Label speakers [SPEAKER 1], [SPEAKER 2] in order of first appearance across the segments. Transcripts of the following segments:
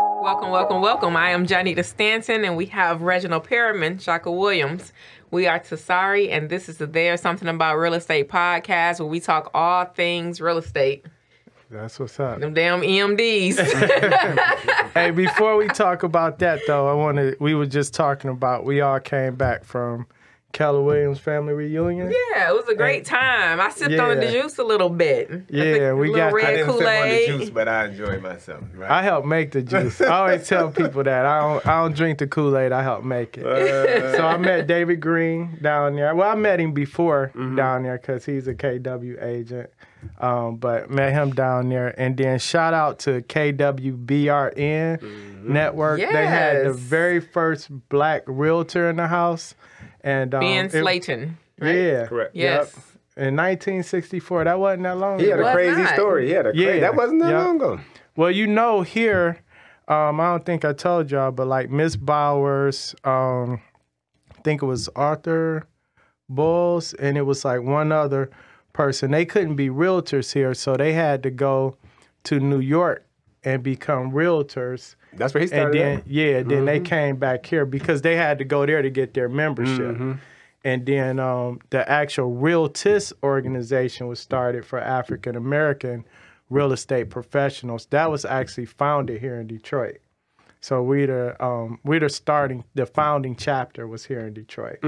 [SPEAKER 1] welcome, welcome. I am Janita Stanton, and we have Reginald Perriman, Shaka Williams. We are Tasari, and this is the There's Something About Real Estate podcast where we talk all things real estate.
[SPEAKER 2] That's what's up.
[SPEAKER 1] Them damn E EMDs.
[SPEAKER 2] hey, before we talk about that though, I want to. We were just talking about we all came back from Keller Williams family reunion.
[SPEAKER 1] yeah, it was a great time. I sipped on the
[SPEAKER 2] Yeah.
[SPEAKER 1] juice a little bit.
[SPEAKER 2] Yeah, we
[SPEAKER 1] little
[SPEAKER 2] got
[SPEAKER 1] red
[SPEAKER 2] that.
[SPEAKER 3] I didn't sip on the
[SPEAKER 1] Kool-Aid.
[SPEAKER 3] juice, but I enjoyed myself. Right?
[SPEAKER 2] I help make the juice. I always tell people that I don't. I don't drink the Kool Aid. I help make it.
[SPEAKER 3] Uh.
[SPEAKER 2] so I met David Green down there. Well, I met him before
[SPEAKER 3] Mm-hmm.
[SPEAKER 2] down there because he's a KW agent. Um, but met him down there, and then shout out to KWBRN
[SPEAKER 3] Mm-hmm.
[SPEAKER 2] Network. They had the
[SPEAKER 1] Yes.
[SPEAKER 2] very first black realtor in the house, and um,
[SPEAKER 1] Ben
[SPEAKER 2] it-
[SPEAKER 1] Slayton.
[SPEAKER 2] Yeah,
[SPEAKER 3] Correct.
[SPEAKER 1] Yes.
[SPEAKER 2] Yep. In 1964, that wasn't that long
[SPEAKER 3] He
[SPEAKER 2] ago.
[SPEAKER 3] had a
[SPEAKER 1] Why
[SPEAKER 3] crazy
[SPEAKER 1] not?
[SPEAKER 3] story. He had a cra-
[SPEAKER 2] Yeah.
[SPEAKER 3] that wasn't that
[SPEAKER 2] Yeah.
[SPEAKER 3] long ago.
[SPEAKER 2] Well, you know here, um, I don't think I told y'all, but like Miss Bowers, um, I think it was Arthur Bulls, and it was like one other person. They couldn't be realtors here, so they had to go to New York and become realtors.
[SPEAKER 3] That's where he
[SPEAKER 2] And
[SPEAKER 3] started.
[SPEAKER 2] then
[SPEAKER 3] at.
[SPEAKER 2] yeah, then they came back here because they had to go there to get their membership. And then um, the actual Realtist organization was started for African American real estate professionals. That was actually founded here in Detroit. So we the um, we the starting the founding chapter was here in Detroit.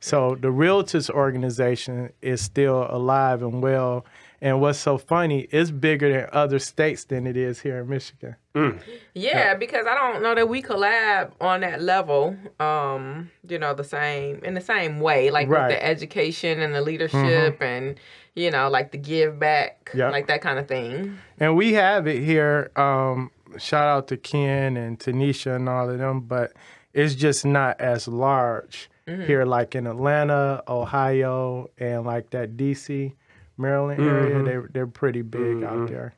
[SPEAKER 2] So the Realtors organization is still alive and well. And what's so funny, it's bigger than other states than it is here in Michigan.
[SPEAKER 1] Yeah, because I don't know that we collab on that level. Um, you know, the same in the same way, like
[SPEAKER 2] Right. Mm-hmm.
[SPEAKER 1] with the education and the leadership and you know, like the give back,
[SPEAKER 2] Yep.
[SPEAKER 1] like that kind of thing.
[SPEAKER 2] And we have it here. Um, shout out to Ken and Tanisha and all of them, but it's just not as large
[SPEAKER 3] Mm-hmm.
[SPEAKER 2] here, like in Atlanta, Ohio, and like that DC, Maryland area.
[SPEAKER 3] Mm-hmm.
[SPEAKER 2] They they're pretty big out there.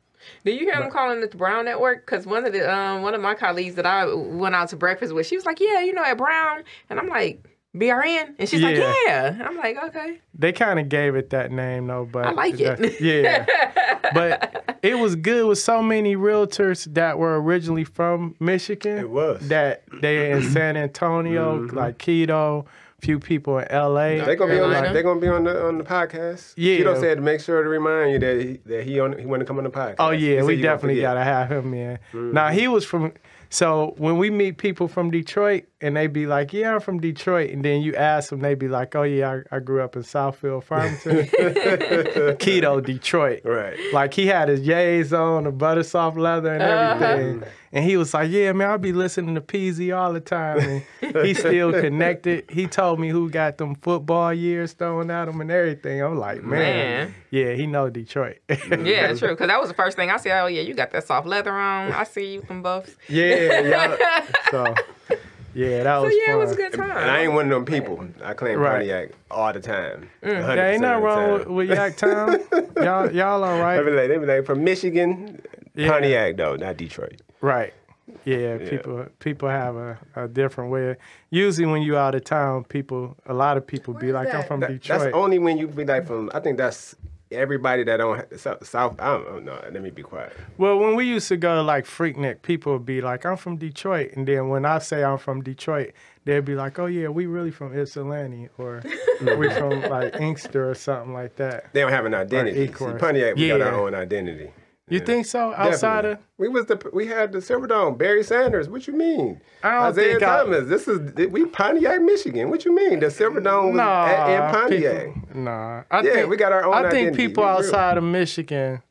[SPEAKER 1] Do you hear them calling it the Brown Network? Because one of the um one of my colleagues that I went out to breakfast with, she was like, "Yeah, you know, at Brown," and I'm like, "BRN," and she's like,
[SPEAKER 2] Yeah.
[SPEAKER 1] "Yeah," And I'm like, "Okay."
[SPEAKER 2] They kind of gave it that name though, but
[SPEAKER 1] I like it.
[SPEAKER 2] that- yeah, but it was good with so many realtors that were originally from Michigan.
[SPEAKER 3] It was.
[SPEAKER 2] that they in San Antonio, like Keto, few people in L.A.
[SPEAKER 3] They're gonna be on.
[SPEAKER 1] Carolina.
[SPEAKER 3] The, they gonna be on the on the podcast.
[SPEAKER 2] Yeah.
[SPEAKER 3] Keto said to make sure to remind you that he, that he on he want to come on the podcast.
[SPEAKER 2] Oh
[SPEAKER 3] He
[SPEAKER 2] yeah,
[SPEAKER 3] said
[SPEAKER 2] we
[SPEAKER 3] you gonna
[SPEAKER 2] definitely
[SPEAKER 3] forget.
[SPEAKER 2] gotta have him in. Now he was from. So when we meet people from Detroit and they be like, "Yeah, I'm from Detroit," and then you ask them, they be like, "Oh yeah, I, I grew up in Southfield, Farmington, Keto, Detroit."
[SPEAKER 3] Right.
[SPEAKER 2] Like he had his yays on, the butter soft leather and everything, and he was like, "Yeah, man, I be listening to PZ all the time." And he still connected. He told me who got them football years thrown at him and everything. I'm like,
[SPEAKER 1] Man.
[SPEAKER 2] man. yeah, he know Detroit.
[SPEAKER 1] Yeah, true. Because that was the first thing I said. Oh yeah, you got that soft leather on. I see you from buffs.
[SPEAKER 2] Yeah, yeah. so, yeah, that was
[SPEAKER 1] yeah, it
[SPEAKER 2] fun.
[SPEAKER 1] was a good time.
[SPEAKER 3] And I ain't one of them people. I claim
[SPEAKER 2] Right.
[SPEAKER 3] Pontiac all the time.
[SPEAKER 2] There ain't nothing wrong with,
[SPEAKER 3] With,
[SPEAKER 2] with Yak Town. y'all, y'all all
[SPEAKER 3] they be
[SPEAKER 2] right?
[SPEAKER 3] like, they be like from Michigan,
[SPEAKER 2] Yeah.
[SPEAKER 3] Pontiac though, not Detroit.
[SPEAKER 2] Right. Yeah, people people have a, a different way. Usually, when you out of town, people a lot of people be
[SPEAKER 1] Where's
[SPEAKER 2] like, "I'm
[SPEAKER 1] that?
[SPEAKER 2] from Detroit."
[SPEAKER 3] That's only when you be like from. I think that's everybody that don't ha- South. South I don't, know. Let me be quiet.
[SPEAKER 2] Well, when we used to go to like Freaknik, people would be like, I'm from Detroit. And then when I say I'm from Detroit, they'd be like, oh, yeah, we really from Ypsilanti or we from like Inkster or something like that.
[SPEAKER 3] They don't have an identity. See,
[SPEAKER 2] Ecorse.
[SPEAKER 3] Pontiac, we got
[SPEAKER 2] Yeah.
[SPEAKER 3] our own identity.
[SPEAKER 2] You think so? Outside of.
[SPEAKER 3] Definitely. we was the we had the Silverdome, Barry Sanders. What you mean?
[SPEAKER 2] I don't
[SPEAKER 3] Isaiah
[SPEAKER 2] think I-
[SPEAKER 3] Thomas. This is we Pontiac, Michigan. What you mean? The Silverdome was at, in
[SPEAKER 2] Nah,
[SPEAKER 3] Pontiac.
[SPEAKER 2] people- nah, I
[SPEAKER 3] Yeah,
[SPEAKER 2] think,
[SPEAKER 3] we got our own
[SPEAKER 2] I think
[SPEAKER 3] identity.
[SPEAKER 2] people
[SPEAKER 3] We real.
[SPEAKER 2] outside of Michigan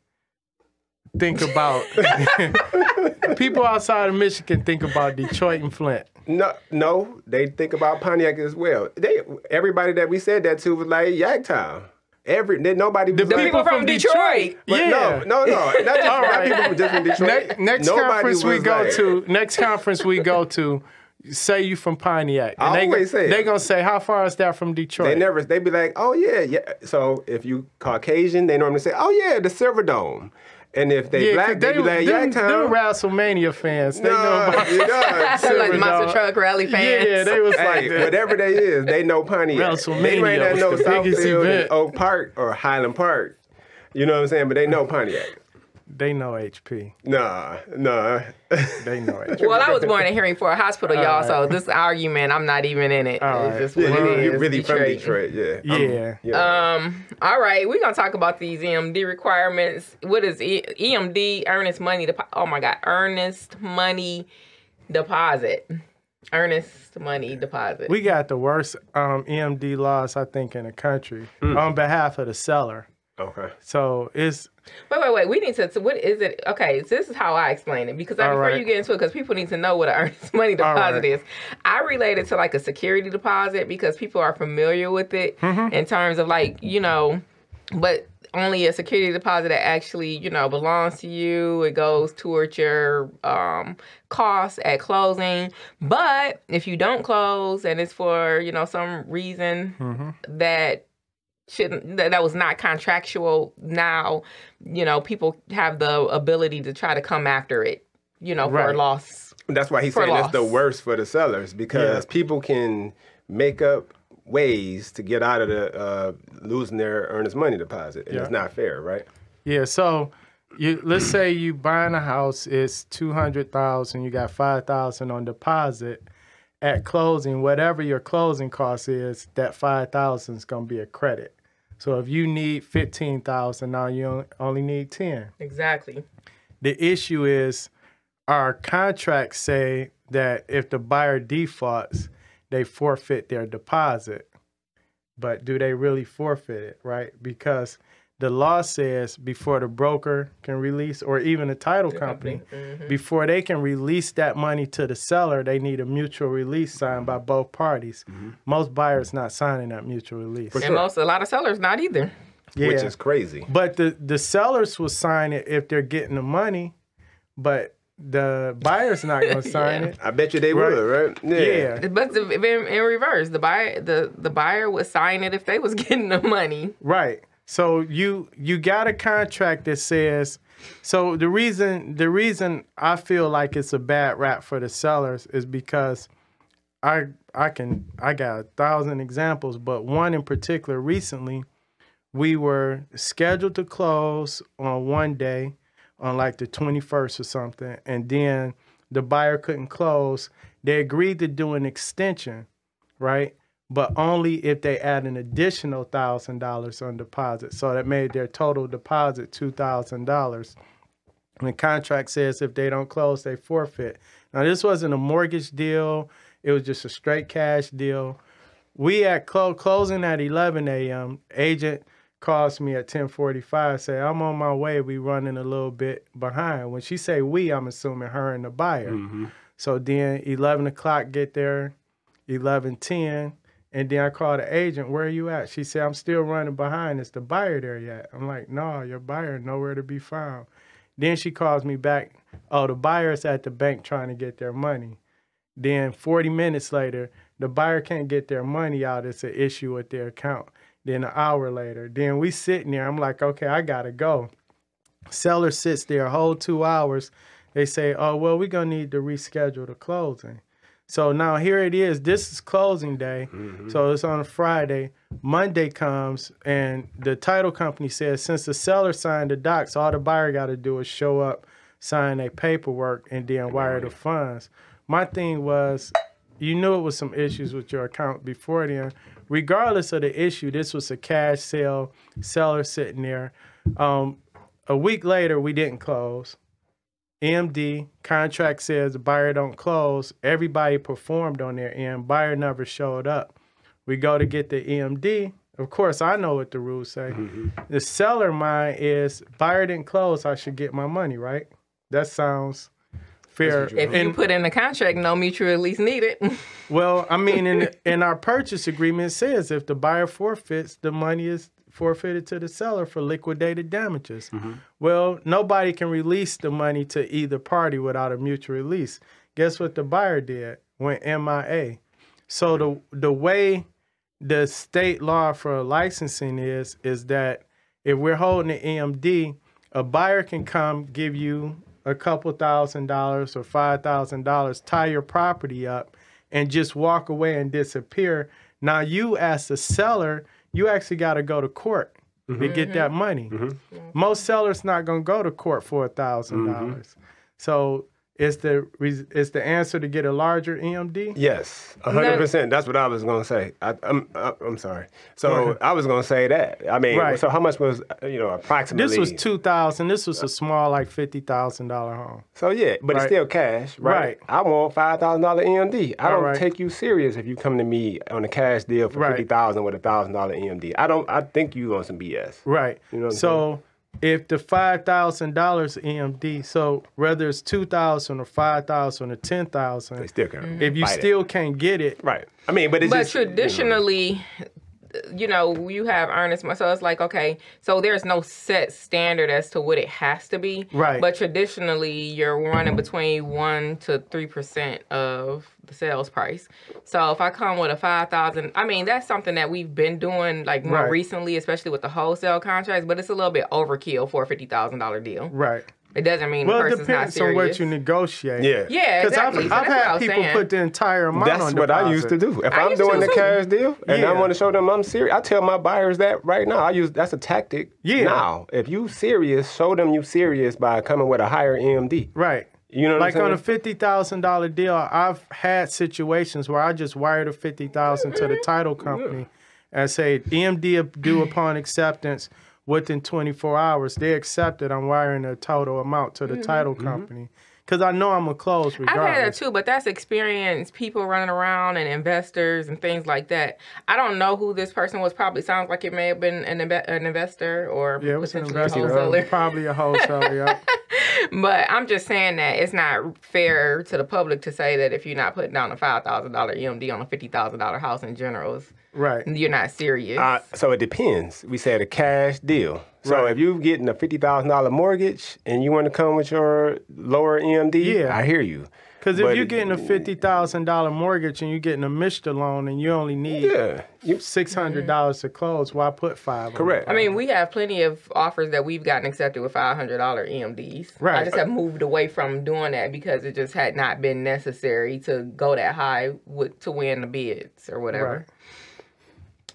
[SPEAKER 2] think about people outside of Michigan think about Detroit and Flint.
[SPEAKER 3] No, no, they think about Pontiac as well. They everybody that we said that to was like Yaktown. Every then nobody was
[SPEAKER 2] The
[SPEAKER 3] like,
[SPEAKER 2] people from Detroit.
[SPEAKER 3] but
[SPEAKER 2] yeah.
[SPEAKER 3] No, no, no. Not just
[SPEAKER 2] All
[SPEAKER 3] not
[SPEAKER 2] right.
[SPEAKER 3] people just from Detroit.
[SPEAKER 2] Ne- next
[SPEAKER 3] Nobody
[SPEAKER 2] conference we
[SPEAKER 3] was
[SPEAKER 2] go
[SPEAKER 3] like-
[SPEAKER 2] to, next conference we go to, say you from Pontiac. And
[SPEAKER 3] I
[SPEAKER 2] they,
[SPEAKER 3] always say it.
[SPEAKER 2] they gonna say, how far is that from Detroit?
[SPEAKER 3] They never. They be like, oh yeah, yeah. So if you Caucasian, they normally say, oh yeah, the Silver Dome. And if they
[SPEAKER 2] yeah, 'cause
[SPEAKER 3] black, they, be like,
[SPEAKER 2] them, them
[SPEAKER 3] Yaktown.
[SPEAKER 2] WrestleMania fans. They know
[SPEAKER 3] Nah,
[SPEAKER 2] about
[SPEAKER 3] you know,
[SPEAKER 1] like
[SPEAKER 3] Silver
[SPEAKER 2] Silver
[SPEAKER 1] monster
[SPEAKER 2] Dome.
[SPEAKER 1] truck rally fans.
[SPEAKER 2] Yeah, they was like
[SPEAKER 3] Hey,
[SPEAKER 2] that.
[SPEAKER 3] whatever they is, they know Pontiac.
[SPEAKER 2] WrestleMania
[SPEAKER 3] They may not
[SPEAKER 2] was
[SPEAKER 3] know
[SPEAKER 2] the biggest
[SPEAKER 3] Southfield,
[SPEAKER 2] event.
[SPEAKER 3] and Oak Park, or Highland Park. You know what I'm saying? But they know Pontiac.
[SPEAKER 2] They know HP.
[SPEAKER 3] Nah, nah.
[SPEAKER 2] They know HP.
[SPEAKER 1] Well, I was born in hearing for a hospital, y'all. So this argument, I'm not even in it.
[SPEAKER 2] All
[SPEAKER 1] It's
[SPEAKER 2] right.
[SPEAKER 1] just
[SPEAKER 3] Yeah,
[SPEAKER 1] what
[SPEAKER 3] you,
[SPEAKER 1] it
[SPEAKER 3] you
[SPEAKER 1] is,
[SPEAKER 3] really from Detroit, yeah. I'm-
[SPEAKER 2] yeah.
[SPEAKER 3] yeah.
[SPEAKER 1] Um. All right, we're gonna talk about these EMD requirements. What is e- EMD? Earnest money deposit. Oh my God, earnest money deposit. Earnest money deposit.
[SPEAKER 2] We got the worst um, EMD laws, I think, in the country
[SPEAKER 1] Hmm.
[SPEAKER 2] on behalf of the seller.
[SPEAKER 3] okay.
[SPEAKER 2] So it's
[SPEAKER 1] wait, wait, wait. We need to. so What is it? Okay, so this is how I explain it because I,
[SPEAKER 2] All
[SPEAKER 1] before
[SPEAKER 2] right.
[SPEAKER 1] you get into it, because people need to know what an earnest money deposit
[SPEAKER 2] right.
[SPEAKER 1] is. I relate it to like a security deposit because people are familiar with it
[SPEAKER 2] Mm-hmm.
[SPEAKER 1] in terms of like you know, but only a security deposit that actually you know belongs to you. It goes towards your um, costs at closing. But if you don't close and it's for you know some reason
[SPEAKER 2] Mm-hmm.
[SPEAKER 1] that shouldn't that, that was not contractual now you know people have the ability to try to come after it you know for
[SPEAKER 2] Right.
[SPEAKER 1] loss
[SPEAKER 3] That's why he's
[SPEAKER 1] For
[SPEAKER 3] saying that's the
[SPEAKER 1] loss.
[SPEAKER 3] worst for the sellers because people can make up ways to get out of the uh, losing their earnest money deposit, and it's
[SPEAKER 2] Yeah.
[SPEAKER 3] not fair, right?
[SPEAKER 2] Yeah, so you let's say you buying a house, it's two hundred thousand, you got five thousand on deposit. At closing, whatever your closing cost is, that five thousand is gonna be a credit. So if you need fifteen thousand, now you on- only need ten.
[SPEAKER 1] exactly
[SPEAKER 2] The issue is our contracts say that if the buyer defaults, they forfeit their deposit. But do they really forfeit it, right? Because the law says before the broker can release or even the title company, Mm-hmm. before they can release that money to the seller, they need a mutual release signed by both parties. Most buyers not signing that mutual release.
[SPEAKER 1] and most a lot of sellers not either
[SPEAKER 3] Which
[SPEAKER 2] Yeah.
[SPEAKER 3] is crazy.
[SPEAKER 2] But the the sellers will sign it if they're getting the money, but the buyer's not going to sign it.
[SPEAKER 3] I bet you they
[SPEAKER 2] Right.
[SPEAKER 3] would, right?
[SPEAKER 2] Yeah,
[SPEAKER 1] but the, in, in reverse the buyer the, the buyer would sign it if they was getting the money
[SPEAKER 2] right. So you you got a contract that says so the reason the reason I feel like it's a bad rap for the sellers is because I I can I got a thousand examples, but one in particular recently, we were scheduled to close on one day, on like the twenty first or something, and then the buyer couldn't close. They agreed to do an extension, right? But only if they add an additional thousand dollars on deposit. So that made their total deposit two thousand dollars. And the contract says if they don't close, they forfeit. Now, this wasn't a mortgage deal, it was just a straight cash deal. We at clo- closing at 11 a.m. Agent calls me at 10:45. Say I'm on my way. We running a little bit behind. When she say we, I'm assuming her and the buyer. So then 11 o'clock get there, 11:10, and then I call the agent. Where are you at? She said I'm still running behind. Is the buyer there yet? I'm like, no, your buyer nowhere to be found. Then she calls me back. Oh, the buyer's at the bank trying to get their money. Then 40 minutes later, the buyer can't get their money out. It's an issue with their account. Then an hour later, then we sitting there. I'm like, okay, I gotta go. Seller sits there a whole two hours. They say, oh well, we're gonna need to reschedule the closing. So now here it is. This is closing day. So it's on a Friday. Monday comes and the title company says since the seller signed the docs, all the buyer got to do is show up, sign their paperwork, and then wire the funds. My thing was, you knew it was some issues with your account before then. Regardless of the issue, this was a cash sale, seller sitting there. Um, a week later, we didn't close. MD contract says the buyer don't close. Everybody performed on their end. Buyer never showed up. We go to get the EMD. Of course, I know what the rules say. The seller mind is buyer didn't close. I should get my money, right? That sounds fair.
[SPEAKER 1] if you
[SPEAKER 2] And-
[SPEAKER 1] put in a contract no mutual release needed
[SPEAKER 2] well, I mean, in in our purchase agreement it says if the buyer forfeits, the money is forfeited to the seller for liquidated damages. Well, nobody can release the money to either party without a mutual release. Guess what the buyer did? Went MIA. So the the way the state law for licensing is is that if we're holding an EMD, a buyer can come give you a couple thousand dollars or five thousand dollars, tie your property up, and just walk away and disappear. Now you as the seller, you actually got to go to court to get that money. Most sellers not gonna go to court for a 1000 dollars. So it's the res- it's the answer to get a larger E EMD.
[SPEAKER 3] Yes, a
[SPEAKER 1] No.
[SPEAKER 3] hundred percent. That's what I was gonna say. I, I'm I, I'm sorry. So I was gonna say that. I mean,
[SPEAKER 2] Right.
[SPEAKER 3] so how much was uh, you know approximately?
[SPEAKER 2] This was two thousand. This was a small like fifty thousand dollar home.
[SPEAKER 3] So yeah, but it's
[SPEAKER 2] Right.
[SPEAKER 3] still cash, right?
[SPEAKER 2] Right.
[SPEAKER 3] I want five thousand dollar EMD. I don't
[SPEAKER 2] Alright.
[SPEAKER 3] take you serious if you come to me on a cash deal for
[SPEAKER 2] Right.
[SPEAKER 3] fifty thousand with a thousand dollar EMD. I don't. I think you on some BS.
[SPEAKER 2] Right.
[SPEAKER 3] You know what I'm
[SPEAKER 2] so if the five thousand dollars EMD, so whether it's two thousand or five thousand or ten
[SPEAKER 3] They
[SPEAKER 2] thousand,
[SPEAKER 3] still can.
[SPEAKER 2] if you
[SPEAKER 3] fight it.
[SPEAKER 2] still can't get it,
[SPEAKER 3] right. I mean, but it's
[SPEAKER 1] Mm-hmm. But
[SPEAKER 3] just,
[SPEAKER 1] traditionally, you know, you have earnest money. So it's like, okay, so there's no set standard as to what it has to be.
[SPEAKER 2] Right.
[SPEAKER 1] But traditionally, you're running between 1 to 3% of the sales price. So if I come with a 5000 I mean, that's something that we've been doing like more
[SPEAKER 2] Right.
[SPEAKER 1] recently, especially with the wholesale contracts, but it's a little bit overkill for a $50,000 deal.
[SPEAKER 2] right.
[SPEAKER 1] It doesn't mean
[SPEAKER 2] Well,
[SPEAKER 1] the
[SPEAKER 2] it
[SPEAKER 1] person's not
[SPEAKER 2] depends on
[SPEAKER 1] serious.
[SPEAKER 2] what you negotiate.
[SPEAKER 3] yeah,
[SPEAKER 1] yeah, exactly.
[SPEAKER 2] I've,
[SPEAKER 1] So
[SPEAKER 2] I've
[SPEAKER 1] that's what I
[SPEAKER 2] had
[SPEAKER 1] was
[SPEAKER 2] people
[SPEAKER 1] saying.
[SPEAKER 2] put the entire amount
[SPEAKER 3] That's
[SPEAKER 2] on
[SPEAKER 3] what I used to
[SPEAKER 2] deposit.
[SPEAKER 3] do. If
[SPEAKER 1] I
[SPEAKER 3] I am
[SPEAKER 1] used to
[SPEAKER 3] doing the
[SPEAKER 1] too.
[SPEAKER 3] cash deal and I
[SPEAKER 2] Yeah.
[SPEAKER 3] want to show them I'm serious, I tell my buyers that right now. I use that's a tactic.
[SPEAKER 2] Yeah.
[SPEAKER 3] Now, if you serious, show them you serious by coming with a higher EMD.
[SPEAKER 2] Right.
[SPEAKER 3] You know what
[SPEAKER 2] like
[SPEAKER 3] I'm
[SPEAKER 2] on
[SPEAKER 3] saying?
[SPEAKER 2] a fifty thousand dollar deal, I've had situations where I just wired a fifty thousand to the title company and say EMD up- due upon acceptance within twenty four hours. They accepted. I'm wiring a total amount to the title company because I know I'm gonna close
[SPEAKER 1] Mm-hmm. I've had that
[SPEAKER 2] regardless.
[SPEAKER 1] too, but that's experienced people running around and investors and things like that. I don't know who this person was. Probably sounds like it may have been an, inve- an investor or
[SPEAKER 2] yeah, it was an
[SPEAKER 1] potentially a
[SPEAKER 2] investor,
[SPEAKER 1] wholesaler.
[SPEAKER 2] probably a wholesaler. yeah.
[SPEAKER 1] But I'm just saying that it's not fair to the public to say that if you're not putting down a five thousand dollar EMD on a fifty thousand dollar house in generals,
[SPEAKER 2] Right.
[SPEAKER 1] you're not serious.
[SPEAKER 3] Uh, so it depends. We said a cash deal. So
[SPEAKER 2] Right.
[SPEAKER 3] if you're getting a fifty thousand dollar mortgage and you want to come with your lower EMD,
[SPEAKER 2] Yeah.
[SPEAKER 3] I hear you.
[SPEAKER 2] Because if
[SPEAKER 3] But-
[SPEAKER 2] you're getting a fifty thousand dollar mortgage and you're getting a Mr. loan and you only need
[SPEAKER 3] Yeah, you
[SPEAKER 2] six hundred dollars to close, why put five? on it?
[SPEAKER 3] correct.
[SPEAKER 1] I mean, we have plenty of offers that we've gotten accepted with five hundred dollar EMDs. I
[SPEAKER 2] Right.
[SPEAKER 1] just have moved away from doing that because it just had not been necessary to go that high with, to win the bids or whatever.
[SPEAKER 2] Right.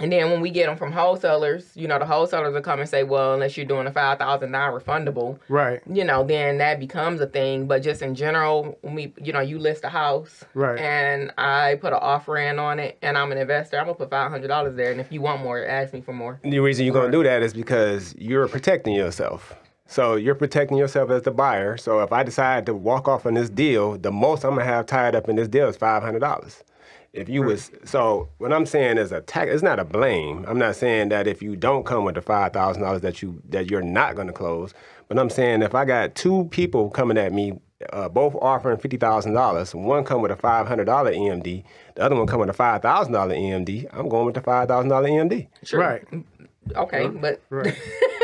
[SPEAKER 1] And then when we get them from wholesalers, you know, the wholesalers will come and say, "Well, unless you're doing a five thousand non-refundable,
[SPEAKER 2] Right.
[SPEAKER 1] you know, then that becomes a thing." But just in general, when we, you know, you list a house,
[SPEAKER 2] Right.
[SPEAKER 1] And I put an offer in on it, and I'm an investor. I'm gonna put five hundred dollars there, and if you want more, ask me for more.
[SPEAKER 3] The reason you're going to do that is because you're protecting yourself. So you're protecting yourself as the buyer. So if I decide to walk off on this deal, the most I'm going to have tied up in this deal is five hundred dollars. If you was so, what I'm saying is a tax. It's not a blame. I'm not saying that if you don't come with the five thousand dollars that you that you're not going to close. But I'm saying if I got two people coming at me, uh, both offering fifty thousand dollars, one come with a five hundred dollar EMD, the other one come with a five thousand dollar EMD. I'm going with the five thousand dollar E EMD.
[SPEAKER 1] Sure.
[SPEAKER 2] Right.
[SPEAKER 1] Okay, but
[SPEAKER 2] Right.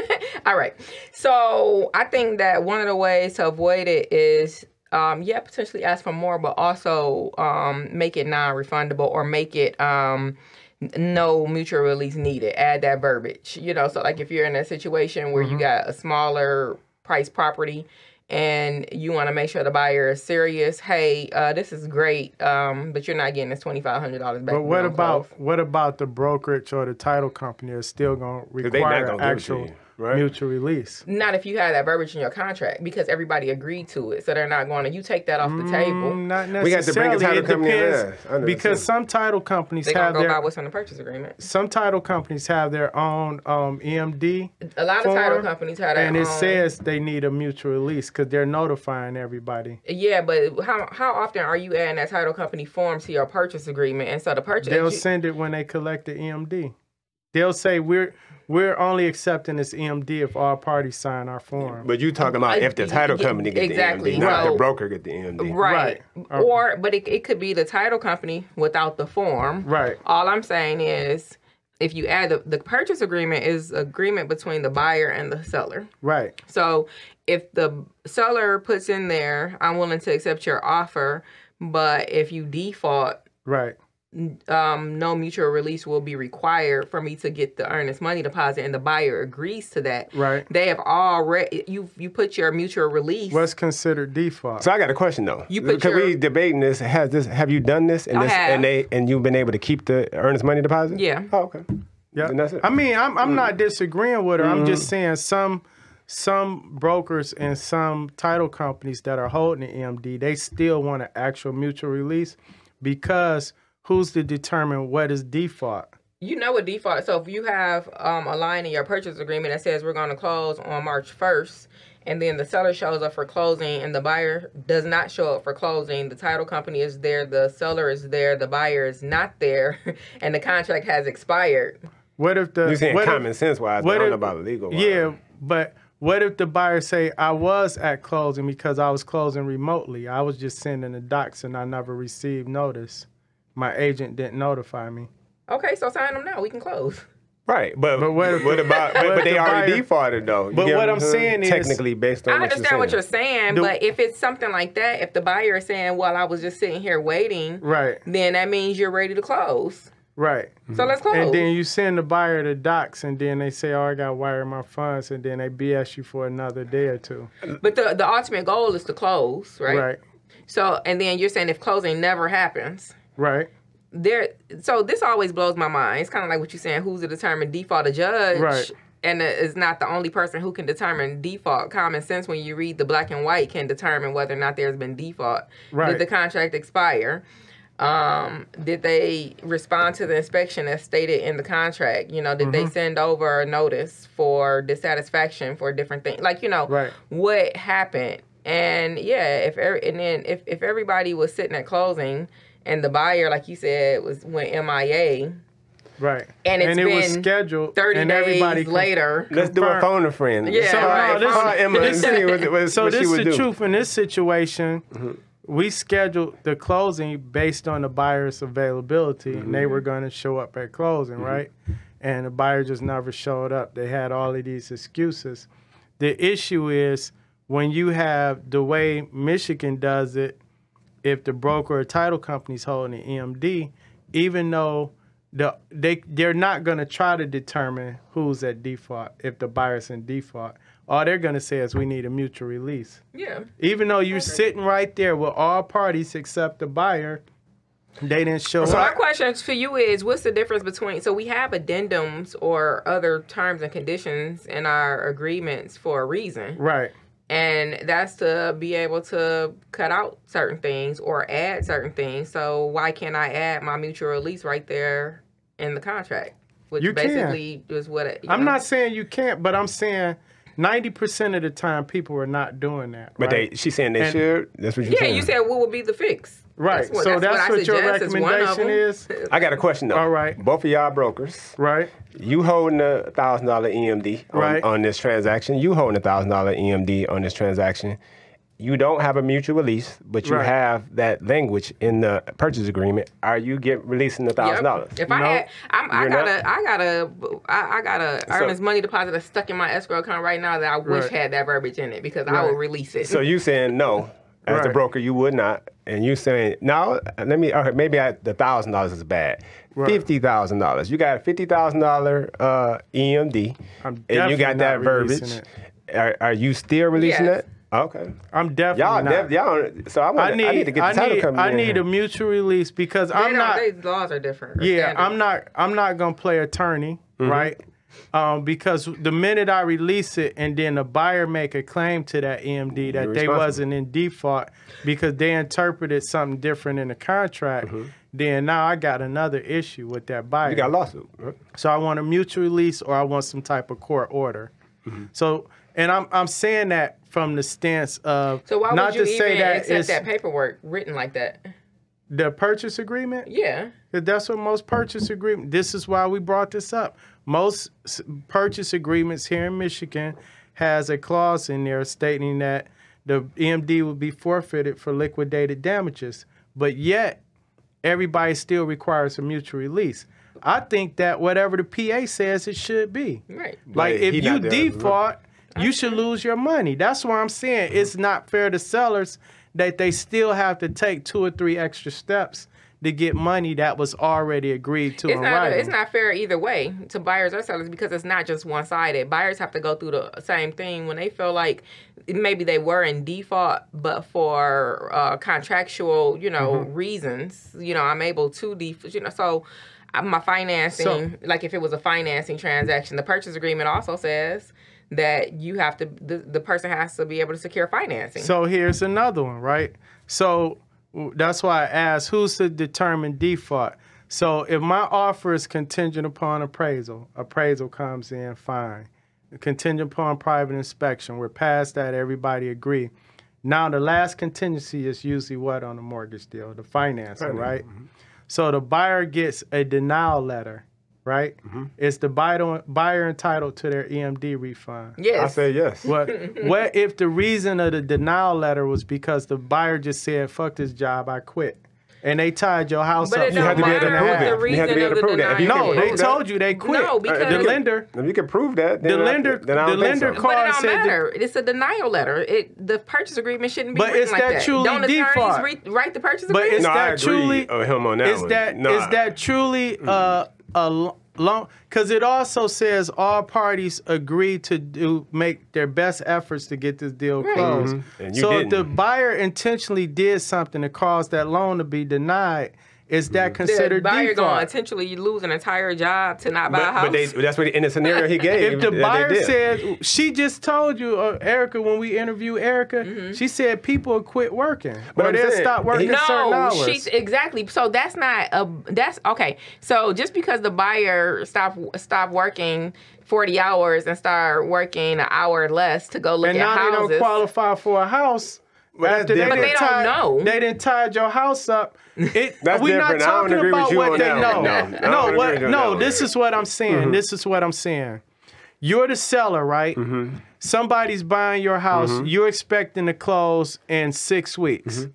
[SPEAKER 1] all right. So I think that one of the ways to avoid it is, um, yeah, potentially ask for more, but also um, make it non-refundable or make it um, n- no mutual release needed. Add that verbiage, you know. So like if you're in a situation where you
[SPEAKER 2] Mm-hmm.
[SPEAKER 1] got a smaller price property and you want to make sure the buyer is serious, hey, uh, this is great, um, but you're not getting this twenty five hundred dollars back.
[SPEAKER 2] But
[SPEAKER 1] when
[SPEAKER 2] what
[SPEAKER 1] you
[SPEAKER 2] about
[SPEAKER 1] close.
[SPEAKER 2] what about the brokerage or the title company is still going to
[SPEAKER 3] they not
[SPEAKER 2] require
[SPEAKER 3] gonna give it to
[SPEAKER 2] actual
[SPEAKER 3] you, right?
[SPEAKER 2] mutual release?
[SPEAKER 1] Not if you have that verbiage in your contract because everybody agreed to it, so they're not going to. You take that off the
[SPEAKER 2] Mm,
[SPEAKER 1] table.
[SPEAKER 2] Not necessarily.
[SPEAKER 3] We got to bring a title
[SPEAKER 2] It
[SPEAKER 3] company in
[SPEAKER 2] depends,
[SPEAKER 3] there. I understand.
[SPEAKER 2] because some title companies
[SPEAKER 1] They're
[SPEAKER 2] have
[SPEAKER 1] gonna go by
[SPEAKER 2] their
[SPEAKER 1] what's in the purchase agreement.
[SPEAKER 2] some title companies have their own um, EMD,
[SPEAKER 1] A lot of title
[SPEAKER 2] form,
[SPEAKER 1] companies have that.
[SPEAKER 2] and it
[SPEAKER 1] on-
[SPEAKER 2] says they need a mutual release because they're notifying everybody.
[SPEAKER 1] yeah, but how how often are you adding that title company form to your purchase agreement? And so the purchase,
[SPEAKER 2] They'll send it when they collect the EMD. They'll say we're we're only accepting this EMD if all parties sign our form.
[SPEAKER 3] But you talking about
[SPEAKER 1] I-
[SPEAKER 3] if the title
[SPEAKER 1] yeah,
[SPEAKER 3] company get
[SPEAKER 1] exactly.
[SPEAKER 3] the MD, not
[SPEAKER 1] So-
[SPEAKER 3] the broker get the MD.
[SPEAKER 1] right,
[SPEAKER 2] Right.
[SPEAKER 1] or but it, it could be the title company without the form.
[SPEAKER 2] Right.
[SPEAKER 1] All I'm saying is, if you add the, the purchase agreement is agreement between the buyer and the seller.
[SPEAKER 2] Right.
[SPEAKER 1] So if the seller puts in there, I'm willing to accept your offer, but if you default,
[SPEAKER 2] Right.
[SPEAKER 1] um, no mutual release will be required for me to get the earnest money deposit, and the buyer agrees to that.
[SPEAKER 2] Right.
[SPEAKER 1] They have already you you put your mutual release.
[SPEAKER 2] What's considered default?
[SPEAKER 3] So I got a question though.
[SPEAKER 1] You put
[SPEAKER 3] because
[SPEAKER 1] your-
[SPEAKER 3] we debating this. Has this? Have you done this? And
[SPEAKER 1] I
[SPEAKER 3] this,
[SPEAKER 1] have.
[SPEAKER 3] and they and you've been able to keep the earnest money deposit.
[SPEAKER 1] Yeah.
[SPEAKER 3] Oh, okay.
[SPEAKER 2] Yeah.
[SPEAKER 3] And that's it. Mm. Mm-hmm.
[SPEAKER 2] I mean, I'm I'm not disagreeing with her. I'm just saying some some brokers and some title companies that are holding the MD, they still want an actual mutual release because who's to determine what is default?
[SPEAKER 1] you know what default. So if you have um, a line in your purchase agreement that says we're going to close on March first, and then the seller shows up for closing and the buyer does not show up for closing, the title company is there, the seller is there, the buyer is not there, and the contract has expired.
[SPEAKER 2] What if the
[SPEAKER 3] You're saying
[SPEAKER 2] what if-
[SPEAKER 3] common sense wise, but I
[SPEAKER 2] what
[SPEAKER 3] don't
[SPEAKER 2] if-
[SPEAKER 3] know about legal. wise.
[SPEAKER 2] Yeah, but what if the buyer say I was at closing because I was closing remotely? I was just sending the docs and I never received notice. My agent didn't notify me.
[SPEAKER 1] Okay, so sign them now. We can close.
[SPEAKER 3] Right. But,
[SPEAKER 2] But what
[SPEAKER 3] what,
[SPEAKER 2] if-
[SPEAKER 3] about, but,
[SPEAKER 2] what if
[SPEAKER 3] but they
[SPEAKER 2] the
[SPEAKER 3] already
[SPEAKER 2] buyer-
[SPEAKER 3] defaulted though. You
[SPEAKER 2] But
[SPEAKER 3] get
[SPEAKER 2] what I'm
[SPEAKER 3] saying?
[SPEAKER 2] saying is-
[SPEAKER 3] Technically based on
[SPEAKER 1] I
[SPEAKER 3] what
[SPEAKER 1] understand
[SPEAKER 3] you're
[SPEAKER 1] what you're
[SPEAKER 3] saying.
[SPEAKER 1] saying,
[SPEAKER 2] The-
[SPEAKER 1] but if it's something like that, if the buyer is saying, "Well, I was just sitting here waiting,"
[SPEAKER 2] Right,
[SPEAKER 1] then that means you're ready to close.
[SPEAKER 2] right.
[SPEAKER 1] So let's close.
[SPEAKER 2] And then you send the buyer the docs, and then they say, "Oh, I got to wire my funds," and then they BS you for another day or two.
[SPEAKER 1] but the the ultimate goal is to close, right?
[SPEAKER 2] Right,
[SPEAKER 1] So and then you're saying if closing never happens,
[SPEAKER 2] right,
[SPEAKER 1] there so this always blows my mind. It's kind of like what you're saying who's to determine default a judge.
[SPEAKER 2] Right.
[SPEAKER 1] And it's not the only person who can determine default. Common sense, when you read the black and white, can determine whether or not there's been default.
[SPEAKER 2] Right.
[SPEAKER 1] Did the contract expire? Um, did they respond to the inspection as stated in the contract? You know, did
[SPEAKER 2] Mm-hmm.
[SPEAKER 1] they send over a notice for dissatisfaction for different things? Like, you know,
[SPEAKER 2] Right.
[SPEAKER 1] what happened? And yeah, if every, and then if, if everybody was sitting at closing and the buyer, like you said, was went MIA
[SPEAKER 2] right.
[SPEAKER 1] And it's
[SPEAKER 2] it was
[SPEAKER 1] been
[SPEAKER 2] scheduled.
[SPEAKER 1] thirty
[SPEAKER 2] and
[SPEAKER 1] days
[SPEAKER 2] everybody com-
[SPEAKER 1] later.
[SPEAKER 3] Let's do a
[SPEAKER 2] Confirm.
[SPEAKER 3] phone a friend.
[SPEAKER 1] Yeah,
[SPEAKER 3] so,
[SPEAKER 1] right.
[SPEAKER 3] this,
[SPEAKER 1] Phone-
[SPEAKER 3] Emma and
[SPEAKER 1] this-
[SPEAKER 3] see what, what,
[SPEAKER 2] So
[SPEAKER 3] what she
[SPEAKER 2] this is
[SPEAKER 3] would
[SPEAKER 2] the
[SPEAKER 3] do.
[SPEAKER 2] truth in this situation.
[SPEAKER 1] Mm-hmm.
[SPEAKER 2] We scheduled the closing based on the buyer's availability, and
[SPEAKER 1] Mm-hmm.
[SPEAKER 2] they were going to show up at closing, right? And the buyer just never showed up. They had all of these excuses. The issue is when you have the way Michigan does it, if the broker or title company's holding the EMD, even though the they they're not gonna try to determine who's at default if the buyer's in default. All they're gonna say is we need a mutual release.
[SPEAKER 1] Yeah.
[SPEAKER 2] Even though you're sitting right there with all parties except the buyer, they didn't show
[SPEAKER 1] So my
[SPEAKER 2] up.
[SPEAKER 1] question for you is, what's the difference between? So we have addendums or other terms and conditions in our agreements for a reason,
[SPEAKER 2] Right.
[SPEAKER 1] and that's to be able to cut out certain things or add certain things. So why can't I add my mutual release right there in the contract? Which
[SPEAKER 2] You can.
[SPEAKER 1] basically is what it,
[SPEAKER 2] I'm not saying you can't, but I'm saying ninety percent of the time people are not doing that.
[SPEAKER 3] But
[SPEAKER 2] right?
[SPEAKER 3] they, she's saying they
[SPEAKER 2] And-
[SPEAKER 3] should. That's what you're
[SPEAKER 1] Yeah,
[SPEAKER 3] saying.
[SPEAKER 1] you said what would be the fix?
[SPEAKER 2] Right. so that's,
[SPEAKER 1] I
[SPEAKER 2] what, your
[SPEAKER 1] suggest one of
[SPEAKER 2] recommendation
[SPEAKER 1] them.
[SPEAKER 2] is.
[SPEAKER 3] I got a question though.
[SPEAKER 2] All right.
[SPEAKER 3] Both of y'all brokers.
[SPEAKER 2] Right.
[SPEAKER 3] You holding a thousand dollar EMD on,
[SPEAKER 2] Right.
[SPEAKER 3] on this transaction. You holding a thousand dollar EMD on this transaction. You don't have a mutual release, but you
[SPEAKER 2] Right.
[SPEAKER 3] have that language in the purchase agreement. Are you get releasing the thousand dollars?
[SPEAKER 1] If I
[SPEAKER 2] No,
[SPEAKER 1] had, I'm, I
[SPEAKER 3] you're not.
[SPEAKER 1] got a, I got a, I, I got a
[SPEAKER 3] So-
[SPEAKER 1] earnest money deposit that's stuck in my escrow account right now that I wish
[SPEAKER 2] Right.
[SPEAKER 1] had that verbiage in it because I
[SPEAKER 2] Right.
[SPEAKER 1] would release it.
[SPEAKER 3] So you saying no as the
[SPEAKER 2] Right.
[SPEAKER 3] broker, you would not, and you saying no. Let me. Okay, maybe I, the thousand dollars is bad. Fifty thousand dollars. You got a fifty thousand thousand dollar uh, EMD,
[SPEAKER 2] I'm
[SPEAKER 3] and you
[SPEAKER 2] definitely
[SPEAKER 3] got that
[SPEAKER 2] not releasing
[SPEAKER 3] verbiage. Are, are you still releasing
[SPEAKER 1] Yes.
[SPEAKER 3] it? Okay.
[SPEAKER 2] I'm definitely
[SPEAKER 3] Y'all,
[SPEAKER 2] not.
[SPEAKER 3] def, y'all. So I,
[SPEAKER 2] I
[SPEAKER 3] wanna,
[SPEAKER 2] need,
[SPEAKER 3] I need to get the
[SPEAKER 2] I
[SPEAKER 3] title
[SPEAKER 2] need,
[SPEAKER 3] company.
[SPEAKER 2] I
[SPEAKER 3] in
[SPEAKER 2] need
[SPEAKER 3] here.
[SPEAKER 2] a mutual release because
[SPEAKER 1] They
[SPEAKER 2] I'm
[SPEAKER 1] don't-
[SPEAKER 2] not.
[SPEAKER 1] they laws are different. or
[SPEAKER 2] yeah,
[SPEAKER 1] standards.
[SPEAKER 2] I'm not. I'm not gonna play attorney,
[SPEAKER 3] Mm-hmm.
[SPEAKER 2] right? Um, because the minute I release it, and then the buyer make a claim to that EMD that they
[SPEAKER 3] responsible.
[SPEAKER 2] wasn't in default because they interpreted something different in the contract. Then now I got another issue with that buyer.
[SPEAKER 3] Mm-hmm. You got a lawsuit. right?
[SPEAKER 2] So I want a mutual release or I want some type of court order.
[SPEAKER 3] Mm-hmm.
[SPEAKER 2] So and I'm I'm saying that from the stance of
[SPEAKER 1] So why
[SPEAKER 2] not
[SPEAKER 1] would you
[SPEAKER 2] to
[SPEAKER 1] even
[SPEAKER 2] say that
[SPEAKER 1] accept
[SPEAKER 2] it's
[SPEAKER 1] that paperwork written like that?
[SPEAKER 2] the purchase agreement.
[SPEAKER 1] Yeah.
[SPEAKER 2] that That's what most purchase agreement. This is why we brought this up. Most s- purchase agreements here in Michigan has a clause in there stating that the EMD will be forfeited for liquidated damages. But yet everybody still requires a mutual release. I think that whatever the PA says it should be.
[SPEAKER 1] Right.
[SPEAKER 2] Like
[SPEAKER 3] Yeah,
[SPEAKER 2] if
[SPEAKER 3] he
[SPEAKER 2] you
[SPEAKER 3] not there.
[SPEAKER 2] default, you should lose your money. That's why I'm saying it's
[SPEAKER 3] Uh-huh.
[SPEAKER 2] not fair to sellers that they still have to take two or three extra steps to get money that was already agreed to
[SPEAKER 1] It's
[SPEAKER 2] in
[SPEAKER 1] not,
[SPEAKER 2] writing.
[SPEAKER 1] it's not fair either way to buyers or sellers because it's not just one sided. Buyers have to go through the same thing when they feel like maybe they were in default, but
[SPEAKER 2] Mm-hmm.
[SPEAKER 1] for uh, contractual, you know, reasons, you know, I'm able to default, you know, so. I- my financing,
[SPEAKER 2] So-
[SPEAKER 1] like if it was a financing transaction, the purchase agreement also says that you have to the, the person has to be able to secure financing.
[SPEAKER 2] So here's another one, right? So w- that's why I asked who's to determine default. So if my offer is contingent upon appraisal, appraisal comes in fine. Contingent upon private inspection, we're past that. Everybody agree. Now the last contingency is usually what on a mortgage deal, the financing, right? So the buyer gets a denial letter, right? It's the buyer buyer entitled to their EMD refund.
[SPEAKER 3] I
[SPEAKER 1] yes.
[SPEAKER 3] say yes.
[SPEAKER 2] What what if the reason of the denial letter was because the buyer just said, "Fuck this job, I quit," and they tied your house
[SPEAKER 1] But
[SPEAKER 2] up?
[SPEAKER 1] it
[SPEAKER 2] for
[SPEAKER 1] don't
[SPEAKER 3] had to be able to
[SPEAKER 1] matter
[SPEAKER 2] month and a
[SPEAKER 1] what
[SPEAKER 3] prove
[SPEAKER 1] the
[SPEAKER 2] half?
[SPEAKER 3] it. You
[SPEAKER 1] reason
[SPEAKER 3] had to be
[SPEAKER 1] of
[SPEAKER 3] able
[SPEAKER 1] the
[SPEAKER 3] to prove that. If you
[SPEAKER 1] denial
[SPEAKER 2] No,
[SPEAKER 3] can
[SPEAKER 1] is.
[SPEAKER 2] they
[SPEAKER 3] prove that-
[SPEAKER 2] told you they quit.
[SPEAKER 1] No, because-
[SPEAKER 2] the lender.
[SPEAKER 3] If you can prove that, then
[SPEAKER 2] The
[SPEAKER 3] I-
[SPEAKER 2] lender-
[SPEAKER 3] then I
[SPEAKER 2] the
[SPEAKER 3] don't think
[SPEAKER 2] lender
[SPEAKER 3] so.
[SPEAKER 2] called-
[SPEAKER 1] But it
[SPEAKER 2] Carr
[SPEAKER 1] don't
[SPEAKER 2] said that-
[SPEAKER 1] matter. it's a denial letter. It the purchase agreement shouldn't be
[SPEAKER 2] But
[SPEAKER 1] written
[SPEAKER 2] is
[SPEAKER 1] like
[SPEAKER 2] that
[SPEAKER 1] that.
[SPEAKER 2] truly
[SPEAKER 1] Don't attorneys
[SPEAKER 2] default?
[SPEAKER 1] re- write the purchase
[SPEAKER 2] But
[SPEAKER 1] agreement?
[SPEAKER 2] is
[SPEAKER 3] No, I
[SPEAKER 2] that
[SPEAKER 3] agree
[SPEAKER 2] truly?
[SPEAKER 3] with him on that
[SPEAKER 2] is
[SPEAKER 3] one. Mm.
[SPEAKER 2] that
[SPEAKER 3] No,
[SPEAKER 2] is
[SPEAKER 3] I-
[SPEAKER 2] that truly uh, a long? Because it also says all parties agree to do make their best efforts to get this deal
[SPEAKER 1] Right.
[SPEAKER 2] closed.
[SPEAKER 3] Mm-hmm. And you
[SPEAKER 2] So if the
[SPEAKER 3] didn't.
[SPEAKER 2] buyer intentionally did something to cause that loan to be denied, is
[SPEAKER 3] Mm-hmm.
[SPEAKER 2] that considered
[SPEAKER 1] the buyer
[SPEAKER 2] default?
[SPEAKER 1] going to potentially lose an entire job to not buy a
[SPEAKER 3] But,
[SPEAKER 1] house.
[SPEAKER 3] but they, that's what in the scenario he gave.
[SPEAKER 2] if the
[SPEAKER 3] that they
[SPEAKER 2] buyer
[SPEAKER 3] did.
[SPEAKER 2] said she just told you, uh, Erica, when we interviewed Erica,
[SPEAKER 1] Mm-hmm.
[SPEAKER 2] she said people will quit working
[SPEAKER 3] But
[SPEAKER 2] or
[SPEAKER 3] I'm
[SPEAKER 2] they'll
[SPEAKER 3] saying,
[SPEAKER 2] stop working
[SPEAKER 3] he-
[SPEAKER 2] certain
[SPEAKER 1] no,
[SPEAKER 2] hours.
[SPEAKER 1] she's exactly. So that's not a. That's okay. So just because the buyer stop stop working forty hours and start working an hour less to go look
[SPEAKER 2] and
[SPEAKER 1] at
[SPEAKER 2] now
[SPEAKER 1] houses,
[SPEAKER 2] they don't qualify for a house.
[SPEAKER 3] Well, that's
[SPEAKER 2] after they, done
[SPEAKER 3] different.
[SPEAKER 1] But they don't
[SPEAKER 2] tied-
[SPEAKER 1] know.
[SPEAKER 2] They didn't tied your house up. It,
[SPEAKER 3] That's
[SPEAKER 2] we're
[SPEAKER 3] different. I
[SPEAKER 2] not
[SPEAKER 3] don't
[SPEAKER 2] talking
[SPEAKER 3] agree with
[SPEAKER 2] about
[SPEAKER 3] you
[SPEAKER 2] what
[SPEAKER 3] on
[SPEAKER 2] they
[SPEAKER 3] that
[SPEAKER 2] know.
[SPEAKER 3] one. No, I don't
[SPEAKER 2] No,
[SPEAKER 3] agree
[SPEAKER 2] what,
[SPEAKER 3] with you on that
[SPEAKER 2] no
[SPEAKER 3] one. Mm-hmm.
[SPEAKER 2] this is what I'm saying. This is what I'm saying. You're the seller, right?
[SPEAKER 3] Mm-hmm.
[SPEAKER 2] Somebody's buying your house. You're expecting to close in six weeks.
[SPEAKER 3] Mm-hmm.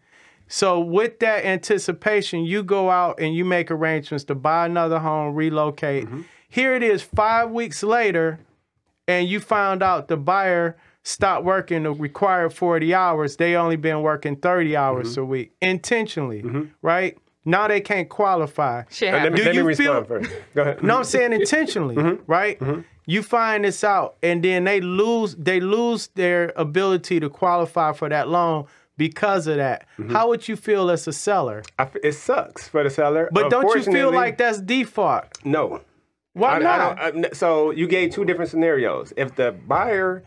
[SPEAKER 2] So with that anticipation, you go out and you make arrangements to buy another home, relocate. Here it is, five weeks later, and you found out the buyer stopped working the required 40 hours. They only been working 30 hours a week intentionally, right? Now they can't qualify.
[SPEAKER 1] shit
[SPEAKER 3] Let
[SPEAKER 1] happens.
[SPEAKER 3] me,
[SPEAKER 2] Do
[SPEAKER 3] let me
[SPEAKER 2] you
[SPEAKER 3] respond
[SPEAKER 2] feel-
[SPEAKER 3] first. Go ahead.
[SPEAKER 2] No, I'm saying intentionally, right? You find this out, and then they lose they lose their ability to qualify for that loan because of that. How would you feel as a seller?
[SPEAKER 3] I f- it sucks for the seller.
[SPEAKER 2] But don't you feel
[SPEAKER 3] Unfortunately,
[SPEAKER 2] like that's default?
[SPEAKER 3] No.
[SPEAKER 2] Why
[SPEAKER 3] I- I
[SPEAKER 2] not?
[SPEAKER 3] don't- I- n- so you gave two different scenarios. If the buyer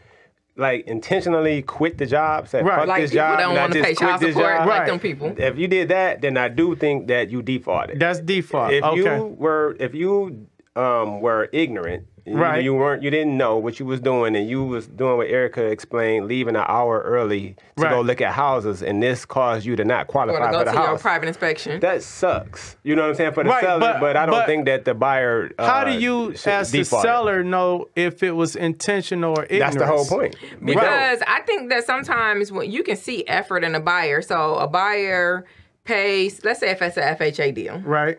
[SPEAKER 3] like intentionally quit the job, said
[SPEAKER 2] Right.
[SPEAKER 3] fuck
[SPEAKER 1] like
[SPEAKER 3] this
[SPEAKER 1] people
[SPEAKER 3] job,
[SPEAKER 1] don't
[SPEAKER 3] and I
[SPEAKER 1] want to
[SPEAKER 3] just
[SPEAKER 1] pay
[SPEAKER 3] quit
[SPEAKER 1] child
[SPEAKER 3] this
[SPEAKER 1] support
[SPEAKER 3] job.
[SPEAKER 1] like
[SPEAKER 2] Right.
[SPEAKER 1] them people.
[SPEAKER 3] If you did that, then I do think that you defaulted.
[SPEAKER 2] that's default.
[SPEAKER 3] if
[SPEAKER 2] Uh, okay.
[SPEAKER 3] you were if you um, were ignorant, you-
[SPEAKER 2] Right.
[SPEAKER 3] You weren't. You didn't know what you was doing, and you was doing what Erica explained, leaving an hour early to
[SPEAKER 2] Right.
[SPEAKER 3] go look at houses, and this caused you to not
[SPEAKER 1] Or to
[SPEAKER 3] qualify
[SPEAKER 1] go
[SPEAKER 3] for
[SPEAKER 1] to
[SPEAKER 3] the
[SPEAKER 1] your
[SPEAKER 3] house.
[SPEAKER 1] private inspection.
[SPEAKER 3] that sucks. You know what I'm saying for the
[SPEAKER 2] Right,
[SPEAKER 3] seller,
[SPEAKER 2] but-
[SPEAKER 3] but, I don't
[SPEAKER 2] but
[SPEAKER 3] think that the buyer. Uh,
[SPEAKER 2] How do you,
[SPEAKER 3] should
[SPEAKER 2] as the
[SPEAKER 3] default it.
[SPEAKER 2] seller, know if it was intentional or ignorance?
[SPEAKER 3] That's the whole point. We don't.
[SPEAKER 1] Because I think that sometimes when you can see effort in a buyer. So a buyer pays, let's say if it's a FHA deal,
[SPEAKER 2] Right,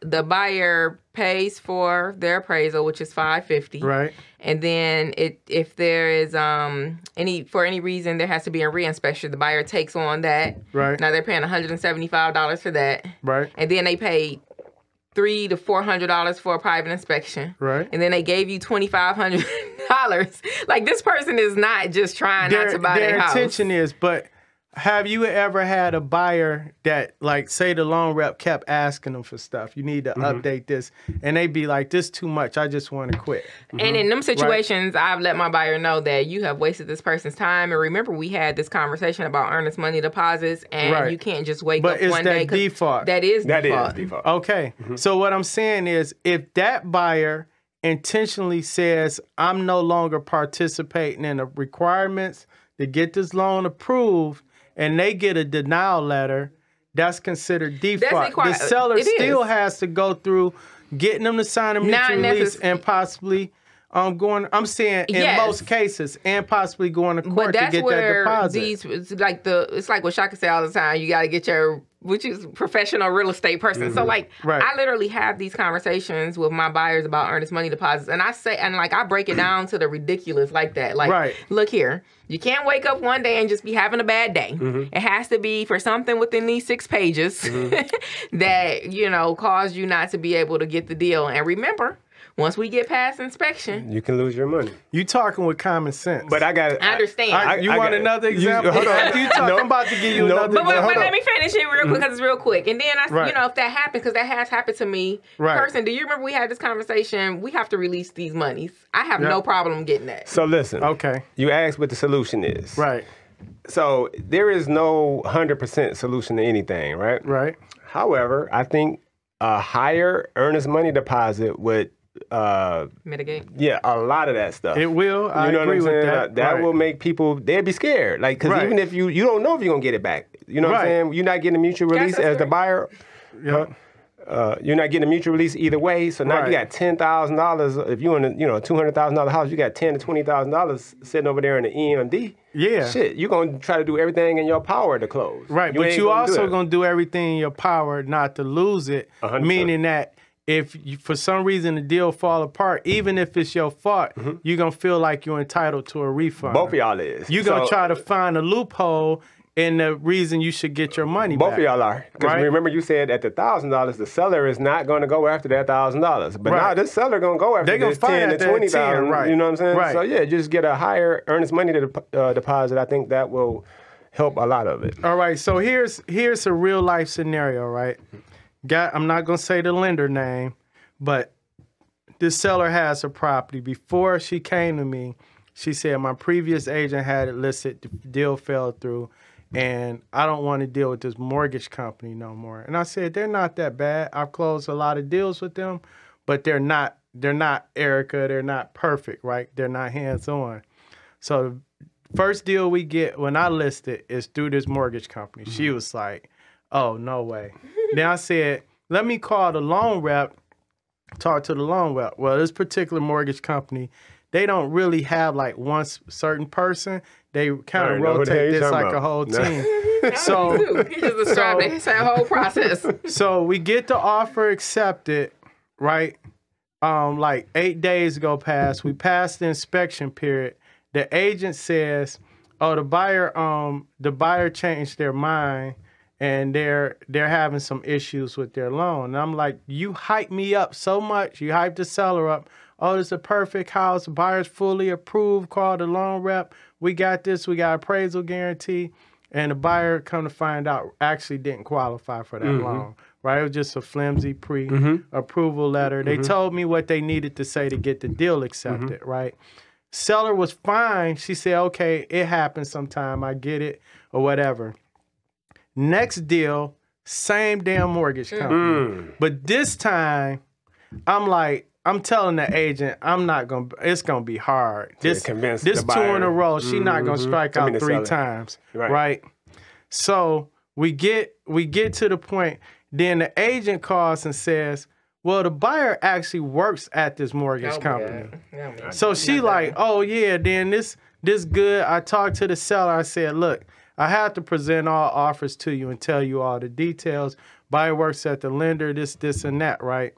[SPEAKER 1] the buyer pays for their appraisal, which is five fifty.
[SPEAKER 2] right,
[SPEAKER 1] And then it if there is um any for any reason there has to be a reinspection, the buyer takes on that.
[SPEAKER 2] Right.
[SPEAKER 1] Now they're paying $175 for that.
[SPEAKER 2] right,
[SPEAKER 1] And then they paid three to four hundred dollars for a private inspection.
[SPEAKER 2] right.
[SPEAKER 1] And then they gave you twenty five hundred dollars. Like this person is not just trying not to buy their,
[SPEAKER 2] their
[SPEAKER 1] house.
[SPEAKER 2] intention is, but have you ever had a buyer that, like, say the loan rep kept asking them for stuff? You need to
[SPEAKER 3] Mm-hmm.
[SPEAKER 2] update this, and they be like, "This too much. I just want to quit."
[SPEAKER 1] And in
[SPEAKER 2] Mm-hmm.
[SPEAKER 1] them situations, I've let my buyer know that you have wasted this person's time. And remember, we had this conversation about earnest money deposits, and
[SPEAKER 2] Right.
[SPEAKER 1] you can't just wake
[SPEAKER 2] But
[SPEAKER 1] up
[SPEAKER 2] is
[SPEAKER 1] one
[SPEAKER 2] that
[SPEAKER 1] day. 'cause
[SPEAKER 2] default?
[SPEAKER 1] That is
[SPEAKER 3] That
[SPEAKER 1] default.
[SPEAKER 3] is default.
[SPEAKER 2] Okay.
[SPEAKER 1] Mm-hmm.
[SPEAKER 2] So what I'm saying is if that buyer intentionally says I'm no longer participating in the requirements to get this loan approved and they get a denial letter, that's considered default.
[SPEAKER 1] require-
[SPEAKER 2] the seller
[SPEAKER 1] it is.
[SPEAKER 2] still has to go through getting them to sign a
[SPEAKER 1] Not
[SPEAKER 2] mutual release
[SPEAKER 1] necess-
[SPEAKER 2] and possibly um going I'm saying in
[SPEAKER 1] Yes.
[SPEAKER 2] most cases and possibly going to court
[SPEAKER 1] But
[SPEAKER 2] to
[SPEAKER 1] that's
[SPEAKER 2] get that
[SPEAKER 1] where
[SPEAKER 2] deposit.
[SPEAKER 1] these it's like the it's like what Shaka say all the time. You got to get your which is professional real estate person. So like
[SPEAKER 2] Mm-hmm. Right.
[SPEAKER 1] I literally have these conversations with my buyers about earnest money deposits, and I say and like I break it down to the ridiculous like that. Like
[SPEAKER 2] Right.
[SPEAKER 1] look here, you can't wake up one day and just be having a bad day.
[SPEAKER 2] Mm-hmm.
[SPEAKER 1] It has to be for something within these six
[SPEAKER 2] Mm-hmm.
[SPEAKER 1] pages that you know caused you not to be able to get the deal. And remember. once we get past inspection,
[SPEAKER 3] You can lose your money.
[SPEAKER 2] You talking with common sense.
[SPEAKER 3] But I got.
[SPEAKER 1] I understand.
[SPEAKER 2] I- you
[SPEAKER 3] I
[SPEAKER 2] want
[SPEAKER 3] got-
[SPEAKER 2] another
[SPEAKER 3] you-
[SPEAKER 2] example?
[SPEAKER 3] hold on.
[SPEAKER 2] You talk-
[SPEAKER 3] No.
[SPEAKER 2] I'm about to give you
[SPEAKER 3] No.
[SPEAKER 2] another.
[SPEAKER 3] But
[SPEAKER 1] But, but,
[SPEAKER 2] example.
[SPEAKER 3] hold
[SPEAKER 1] but
[SPEAKER 3] on.
[SPEAKER 1] let me finish it real quick because it's real quick. And then I,
[SPEAKER 2] Right.
[SPEAKER 1] you know, if that happened, because that has happened to me,
[SPEAKER 2] Right.
[SPEAKER 1] person, do you remember we had this conversation? We have to release these monies. I have
[SPEAKER 2] Yeah.
[SPEAKER 1] no problem getting that.
[SPEAKER 3] So listen.
[SPEAKER 2] Okay.
[SPEAKER 3] You asked what the solution is.
[SPEAKER 2] Right.
[SPEAKER 3] So there is no 100% solution to anything, right?
[SPEAKER 2] Right.
[SPEAKER 3] However, I think a higher earnest money deposit would, uh,
[SPEAKER 1] Mitigate.
[SPEAKER 3] yeah, a lot of that stuff.
[SPEAKER 2] It will. I agree with that.
[SPEAKER 3] That, that
[SPEAKER 2] Right.
[SPEAKER 3] will make people they'd be scared. Like, cause
[SPEAKER 2] Right.
[SPEAKER 3] even if you you don't know if you're gonna get it back. You know what I'm
[SPEAKER 2] Right.
[SPEAKER 3] saying? You're not getting a mutual release
[SPEAKER 1] that's
[SPEAKER 3] as the
[SPEAKER 1] right.
[SPEAKER 3] buyer.
[SPEAKER 2] Yeah.
[SPEAKER 3] Uh, you're not getting a mutual release either way. So now
[SPEAKER 2] Right.
[SPEAKER 3] you got ten thousand dollars. If you in a you know two hundred thousand dollar house, you got ten to twenty thousand dollars sitting over there in the EMD.
[SPEAKER 2] Yeah.
[SPEAKER 3] Shit, you're gonna try to do everything in your power to close.
[SPEAKER 2] Right, but
[SPEAKER 3] ain't
[SPEAKER 2] you
[SPEAKER 3] do
[SPEAKER 2] also
[SPEAKER 3] it.
[SPEAKER 2] gonna do everything in your power not to lose it.
[SPEAKER 3] hundred percent.
[SPEAKER 2] Meaning that if you, for some reason the deal fall apart, even if it's your fault, you're gonna feel like you're entitled to a refund.
[SPEAKER 3] Mm-hmm. both of y'all is.
[SPEAKER 2] You're gonna
[SPEAKER 3] So, uh,
[SPEAKER 2] try to find a loophole in the reason you should get your money
[SPEAKER 3] Both
[SPEAKER 2] back.
[SPEAKER 3] of y'all are. Because
[SPEAKER 2] Right.
[SPEAKER 3] remember you said at the thousand dollars, the seller is not going to go after that thousand dollars. But now
[SPEAKER 2] Right.
[SPEAKER 3] this seller going to go after
[SPEAKER 2] They gonna
[SPEAKER 3] this
[SPEAKER 2] find
[SPEAKER 3] ten to
[SPEAKER 2] out that 10,
[SPEAKER 3] twenty thousand.
[SPEAKER 2] right.
[SPEAKER 3] You know what I'm saying?
[SPEAKER 2] Right.
[SPEAKER 3] So yeah, just get a higher earnest money to dep- uh, deposit. I think that will help a lot of it.
[SPEAKER 2] All right, so here's here's a real life scenario, right? Got I'm not gonna say the lender name, but this seller has a property. Before she came to me, she said my previous agent had it listed, the deal fell through, and I don't want to deal with this mortgage company no more. And I said they're not that bad. I've closed a lot of deals with them, but they're not they're not Erica. They're not perfect, right? They're not hands on. So the first deal we get when I list it is through this mortgage company. She
[SPEAKER 3] Mm-hmm.
[SPEAKER 2] was like, "Oh no way." then I said, "Let me call the loan rep." Talk to the loan rep. Well, this particular mortgage company, they don't really have like one s- certain person. They kind
[SPEAKER 3] already
[SPEAKER 2] of
[SPEAKER 3] know who the hell
[SPEAKER 2] rotate
[SPEAKER 3] you're
[SPEAKER 2] this
[SPEAKER 3] talking
[SPEAKER 2] like a
[SPEAKER 3] about.
[SPEAKER 2] whole
[SPEAKER 3] No.
[SPEAKER 2] team.
[SPEAKER 1] I
[SPEAKER 2] so
[SPEAKER 1] do. He just described
[SPEAKER 2] So-
[SPEAKER 1] it. It's that whole process.
[SPEAKER 2] so we get the offer accepted, right? Um, like eight days go past. We passed the inspection period. The agent says, "Oh, the buyer, um, the buyer changed their mind, and they're they're having some issues with their loan." And I'm like, "You hyped me up so much. You hyped the seller up. Oh, this is a perfect house. The buyer's fully approved. Call the loan rep. We got this. We got appraisal guarantee." and the buyer come to find out actually didn't qualify for that
[SPEAKER 3] Mm-hmm.
[SPEAKER 2] loan right it was just a flimsy pre-approval letter
[SPEAKER 3] Mm-hmm.
[SPEAKER 2] they told me what they needed to say to get the deal accepted right seller was fine she said okay it happens sometime i get it or whatever next deal same damn mortgage company
[SPEAKER 3] Mm.
[SPEAKER 2] but this time i'm like i'm telling the agent i'm not gonna it's gonna be hard this
[SPEAKER 3] convince
[SPEAKER 2] this
[SPEAKER 3] the
[SPEAKER 2] two in a
[SPEAKER 3] buyer. Mm-hmm.
[SPEAKER 2] row she not gonna strike
[SPEAKER 3] I
[SPEAKER 2] out
[SPEAKER 3] mean, the
[SPEAKER 2] three
[SPEAKER 3] seller.
[SPEAKER 2] times times,
[SPEAKER 3] Right.
[SPEAKER 2] right. So we get we get to the point. Then the agent calls and says, "Well, the buyer actually works at this mortgage
[SPEAKER 1] Oh, my
[SPEAKER 2] company."
[SPEAKER 1] God. Oh, my God.
[SPEAKER 2] So she like, oh yeah, then this this good. I talked to the seller. I said, look, I have to present all offers to you and tell you all the details. Buyer works at the lender, this, this, and that, right?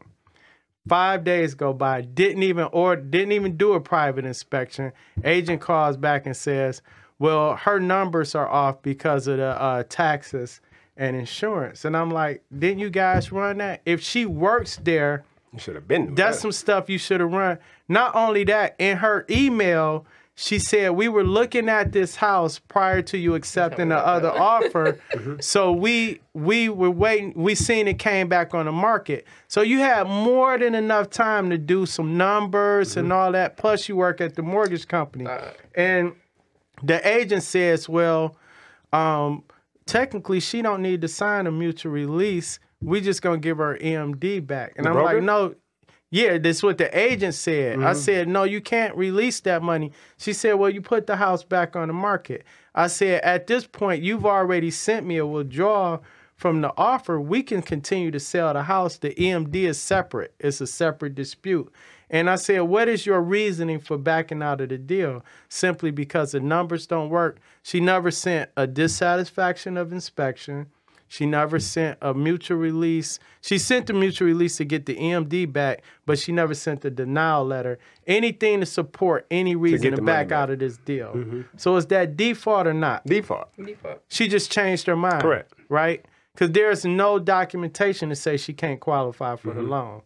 [SPEAKER 2] Five days go by. Didn't even or didn't even do a private inspection. Agent calls back and says, well, her numbers are off because of the uh, taxes and insurance. And I'm like, didn't you guys run that? If she works there.
[SPEAKER 3] You should have been. with
[SPEAKER 2] That's
[SPEAKER 3] that.
[SPEAKER 2] some stuff you should have run. Not only that, in her email, she said we were looking at this house prior to you accepting the other offer. So we we were waiting. We seen it came back on the market. So you had more than enough time to do some numbers and all that. Plus, you work at the mortgage company, and the agent says, "Well, um, technically, she don't need to sign a mutual release. We just gonna give her EMD back." And I'm
[SPEAKER 3] broker?
[SPEAKER 2] like, "No, yeah, that's what the agent said." I said, "No, you can't release that money." She said, "Well, you put the house back on the market." I said, "At this point, you've already sent me a withdrawal." From the offer, we can continue to sell the house. The EMD is separate. It's a separate dispute. And I said, What is your reasoning for backing out of the deal? Simply because the numbers don't work. She never sent a dissatisfaction of inspection. She never sent a mutual release. She sent the mutual release to get the EMD back, but she never sent the denial letter. Anything to support any reason to,
[SPEAKER 3] the money
[SPEAKER 2] back
[SPEAKER 3] back. Mm-hmm.
[SPEAKER 2] out of this deal. So is that default or not?
[SPEAKER 3] default.
[SPEAKER 1] Default.
[SPEAKER 2] She just changed her mind.
[SPEAKER 3] Correct.
[SPEAKER 2] Right?
[SPEAKER 3] Mm-hmm.
[SPEAKER 2] Because there's no documentation to say she can't qualify for the loan.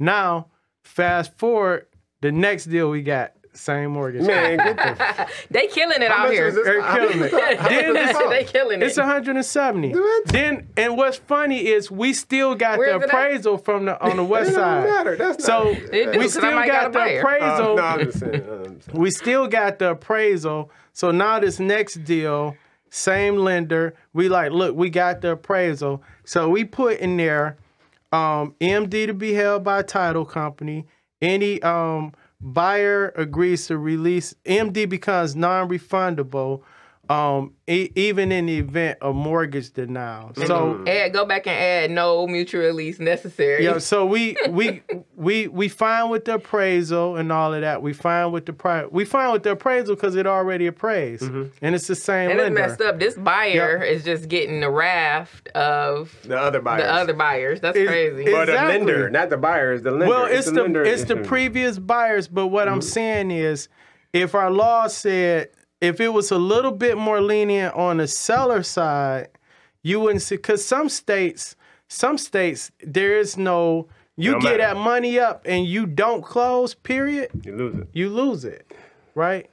[SPEAKER 2] Now, Fast forward, the next deal we got, same mortgage.
[SPEAKER 3] Man, get the
[SPEAKER 1] They killing it
[SPEAKER 3] How
[SPEAKER 1] out
[SPEAKER 3] much
[SPEAKER 1] here.
[SPEAKER 3] is this?
[SPEAKER 2] They're killing it. Then
[SPEAKER 1] they
[SPEAKER 2] it's,
[SPEAKER 1] killing
[SPEAKER 2] it's
[SPEAKER 1] it.
[SPEAKER 2] 170.
[SPEAKER 3] What?
[SPEAKER 2] Then and what's funny is we still got
[SPEAKER 1] Where's it
[SPEAKER 2] the
[SPEAKER 1] at?
[SPEAKER 2] appraisal from the on the west
[SPEAKER 3] It don't
[SPEAKER 2] side.
[SPEAKER 3] matter. That's
[SPEAKER 2] so eh,
[SPEAKER 3] not-
[SPEAKER 1] It do,
[SPEAKER 2] we
[SPEAKER 1] 'cause I
[SPEAKER 2] still
[SPEAKER 1] might got a
[SPEAKER 2] got the
[SPEAKER 1] buyer.
[SPEAKER 3] Uh,
[SPEAKER 2] appraisal.
[SPEAKER 3] no, I'm just saying. uh, I'm just saying.
[SPEAKER 2] We still got the appraisal. So now this next deal, same lender, we like, look, we got the appraisal. So we put in there um, MD to be held by title company. Any um, buyer agrees to release MD becomes non-refundable, um, e- even in the event of mortgage denial. So
[SPEAKER 1] Add, go back and add no mutual release necessary.
[SPEAKER 2] yeah, so we we we we fine with the appraisal and all of that. We fine with the pri- we fine with the appraisal because it already appraised,
[SPEAKER 3] Mm-hmm.
[SPEAKER 2] and it's the same
[SPEAKER 1] and it's
[SPEAKER 2] lender.
[SPEAKER 1] messed up. This buyer is just getting the raft of
[SPEAKER 3] The other buyers.
[SPEAKER 1] the other buyers. That's
[SPEAKER 2] It's-
[SPEAKER 1] crazy.
[SPEAKER 2] it's-
[SPEAKER 3] Or the
[SPEAKER 2] Exactly.
[SPEAKER 3] lender, not the buyer, is the lender.
[SPEAKER 2] Well, it's, the
[SPEAKER 3] lender Mm-hmm.
[SPEAKER 2] it's the
[SPEAKER 3] issue.
[SPEAKER 2] previous buyers, but what I'm saying is, if our law said if it was a little bit more lenient on the seller side, you wouldn't see because some states, some states there is no you
[SPEAKER 3] Don't
[SPEAKER 2] get
[SPEAKER 3] matter.
[SPEAKER 2] that money up and you don't close. Period.
[SPEAKER 3] You lose it.
[SPEAKER 2] you lose it, right?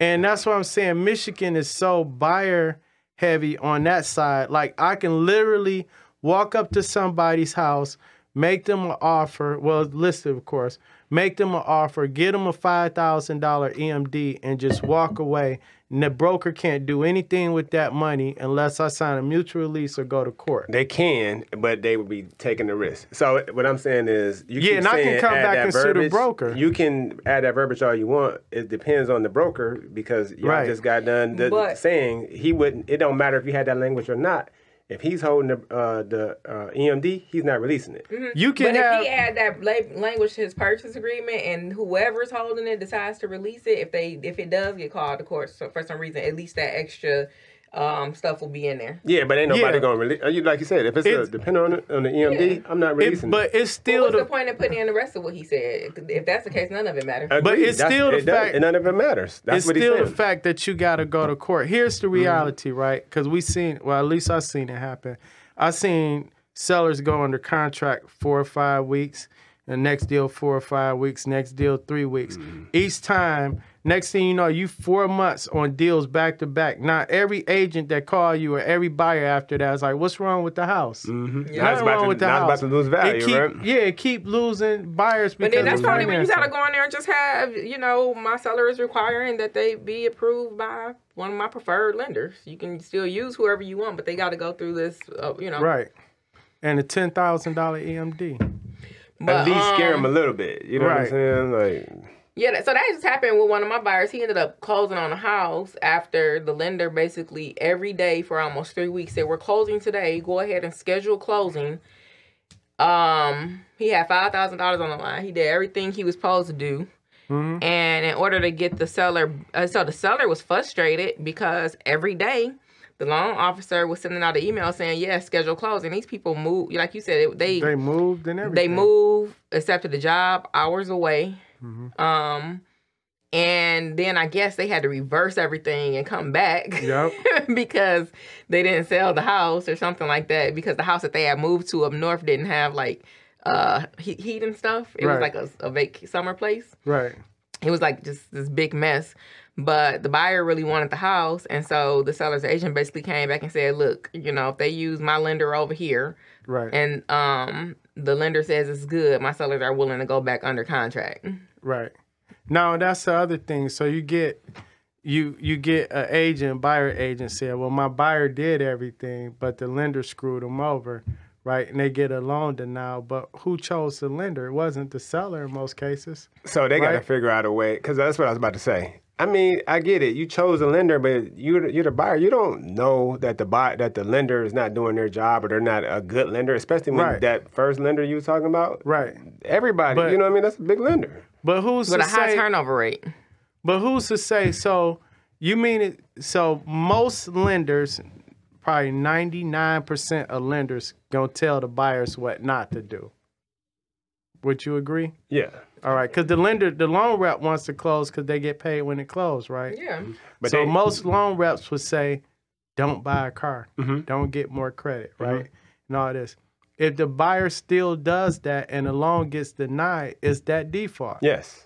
[SPEAKER 2] And that's why I'm saying Michigan is so buyer heavy on that side. Like I can literally walk up to somebody's house, make them an offer, well listed of course, make them an offer, get them a five thousand dollar EMD, and just walk away. And the broker can't do anything with that money unless I sign a mutual release or go to court.
[SPEAKER 3] They can, but they would be taking the risk. So what I'm saying is, you
[SPEAKER 2] Yeah,
[SPEAKER 3] keep
[SPEAKER 2] and I can
[SPEAKER 3] saying
[SPEAKER 2] come
[SPEAKER 3] add
[SPEAKER 2] back
[SPEAKER 3] that
[SPEAKER 2] and sue the
[SPEAKER 3] verbiage.
[SPEAKER 2] broker.
[SPEAKER 3] You can add that verbiage all you want. It depends on the broker because y'all
[SPEAKER 2] Right.
[SPEAKER 3] just got done the,
[SPEAKER 1] But-
[SPEAKER 3] saying he wouldn't. It don't matter if you had that language or not. If he's holding the uh, the uh, EMD, he's not releasing it.
[SPEAKER 2] You can
[SPEAKER 1] But
[SPEAKER 2] have
[SPEAKER 1] if he had that la- language to his purchase agreement, and whoever's holding it decides to release it, if they if it does get called to court so for some reason, at least that extra um, stuff will be in there.
[SPEAKER 3] Yeah, but ain't nobody
[SPEAKER 2] Yeah.
[SPEAKER 3] gonna release. You like you said, if it's,
[SPEAKER 2] It's-
[SPEAKER 3] a, depending on the, on the EMD, I'm not
[SPEAKER 2] it-
[SPEAKER 3] releasing.
[SPEAKER 2] but it's
[SPEAKER 1] But
[SPEAKER 2] still
[SPEAKER 1] What's
[SPEAKER 2] the,
[SPEAKER 1] the point of putting in the rest of what he said? If that's the case, none of it matters.
[SPEAKER 3] Agreed.
[SPEAKER 2] but it's
[SPEAKER 3] That's-
[SPEAKER 2] still the
[SPEAKER 3] it does-
[SPEAKER 2] fact-
[SPEAKER 3] None of it matters. That's
[SPEAKER 2] it's
[SPEAKER 3] what Mm-hmm. he's
[SPEAKER 2] still
[SPEAKER 3] saying.
[SPEAKER 2] the fact that you got to go to court. Here's the reality, right? Because we seen, well, at least I seen it happen. I seen sellers go under contract four or five weeks, and next deal four or five weeks, next deal three weeks.
[SPEAKER 3] Mm-hmm.
[SPEAKER 2] Each time, next thing you know, you four months on deals back to back. Now every agent that call you or every buyer after that is like, "What's wrong with the house?
[SPEAKER 3] Now it's
[SPEAKER 2] Nothing
[SPEAKER 3] Mm-hmm. about
[SPEAKER 2] wrong
[SPEAKER 3] to-
[SPEAKER 2] with the
[SPEAKER 3] now it's about
[SPEAKER 2] house."
[SPEAKER 3] to lose
[SPEAKER 2] It
[SPEAKER 3] value,
[SPEAKER 2] keep-
[SPEAKER 3] right?
[SPEAKER 2] Yeah, it keep losing buyers because
[SPEAKER 1] But then that's
[SPEAKER 2] of
[SPEAKER 1] probably when you gotta
[SPEAKER 2] financing.
[SPEAKER 1] go in there and just have, you know, my seller is requiring that they be approved by one of my preferred lenders. You can still use whoever you want, but they gotta go through this, uh, you know.
[SPEAKER 2] Right. And a ten thousand dollar E EMD.
[SPEAKER 1] But,
[SPEAKER 3] At least scare
[SPEAKER 1] um,
[SPEAKER 3] him a little bit. You know
[SPEAKER 2] Right.
[SPEAKER 3] what I'm saying? Like,
[SPEAKER 1] Yeah, that- so that just happened with one of my buyers. He ended up closing on a house after the lender basically every day for almost three weeks said, "We're closing today. Go ahead and schedule closing." Um, he had five thousand dollars on the line. He did everything he was supposed to do, and in order to get the seller, uh, so the seller was frustrated because every day the loan officer was sending out an email saying, "Yes, schedule closing." These people move, like you said, they
[SPEAKER 2] They moved and everything.
[SPEAKER 1] they move, accepted the job hours away.
[SPEAKER 2] Mm-hmm.
[SPEAKER 1] Um, and then I guess they had to reverse everything and come back
[SPEAKER 2] Yep.
[SPEAKER 1] because they didn't sell the house or something like that because the house that they had moved to up north didn't have like uh he- heat and stuff. It was like
[SPEAKER 2] Right.
[SPEAKER 1] a, a vac- summer place
[SPEAKER 2] Right.
[SPEAKER 1] it was like just this big mess. But the buyer really wanted the house, and so the seller's agent basically came back and said, "Look, you know, if they use my lender over here,
[SPEAKER 2] Right.
[SPEAKER 1] and um, the lender says it's good, my sellers are willing to go back under contract."
[SPEAKER 2] Right. Now that's the other thing. So you get you you get an agent, buyer agent said, Well, my buyer did everything, but the lender screwed them over, right? And they get a loan denial. But who chose the lender? It wasn't the seller in most cases.
[SPEAKER 3] so they got to
[SPEAKER 2] Right.
[SPEAKER 3] figure out a way. Because that's what I was about to say. I mean, I get it. You chose a lender, but you're the- you're the buyer. You don't know that the buy that the lender is not doing their job or they're not a good lender, especially when
[SPEAKER 2] Right.
[SPEAKER 3] that first lender you was talking about.
[SPEAKER 2] Right.
[SPEAKER 3] Everybody,
[SPEAKER 2] But-
[SPEAKER 3] you know what I mean? That's a big lender.
[SPEAKER 2] But who's
[SPEAKER 1] With
[SPEAKER 2] to
[SPEAKER 1] a high
[SPEAKER 2] say,
[SPEAKER 1] turnover rate,
[SPEAKER 2] But who's to say? So you mean it? So most lenders, probably ninety nine percent of lenders, gonna tell the buyers what not to do. Would you agree?
[SPEAKER 3] Yeah.
[SPEAKER 2] All right, because the lender, the loan rep wants to close because they get paid when it closes, right?
[SPEAKER 1] yeah,
[SPEAKER 3] But
[SPEAKER 2] so
[SPEAKER 3] they-
[SPEAKER 2] most loan
[SPEAKER 3] Mm-hmm.
[SPEAKER 2] reps would say, "Don't buy a car, don't get more credit, right?" And all this. If the buyer still does that and the loan gets denied, it's that default.
[SPEAKER 3] Yes.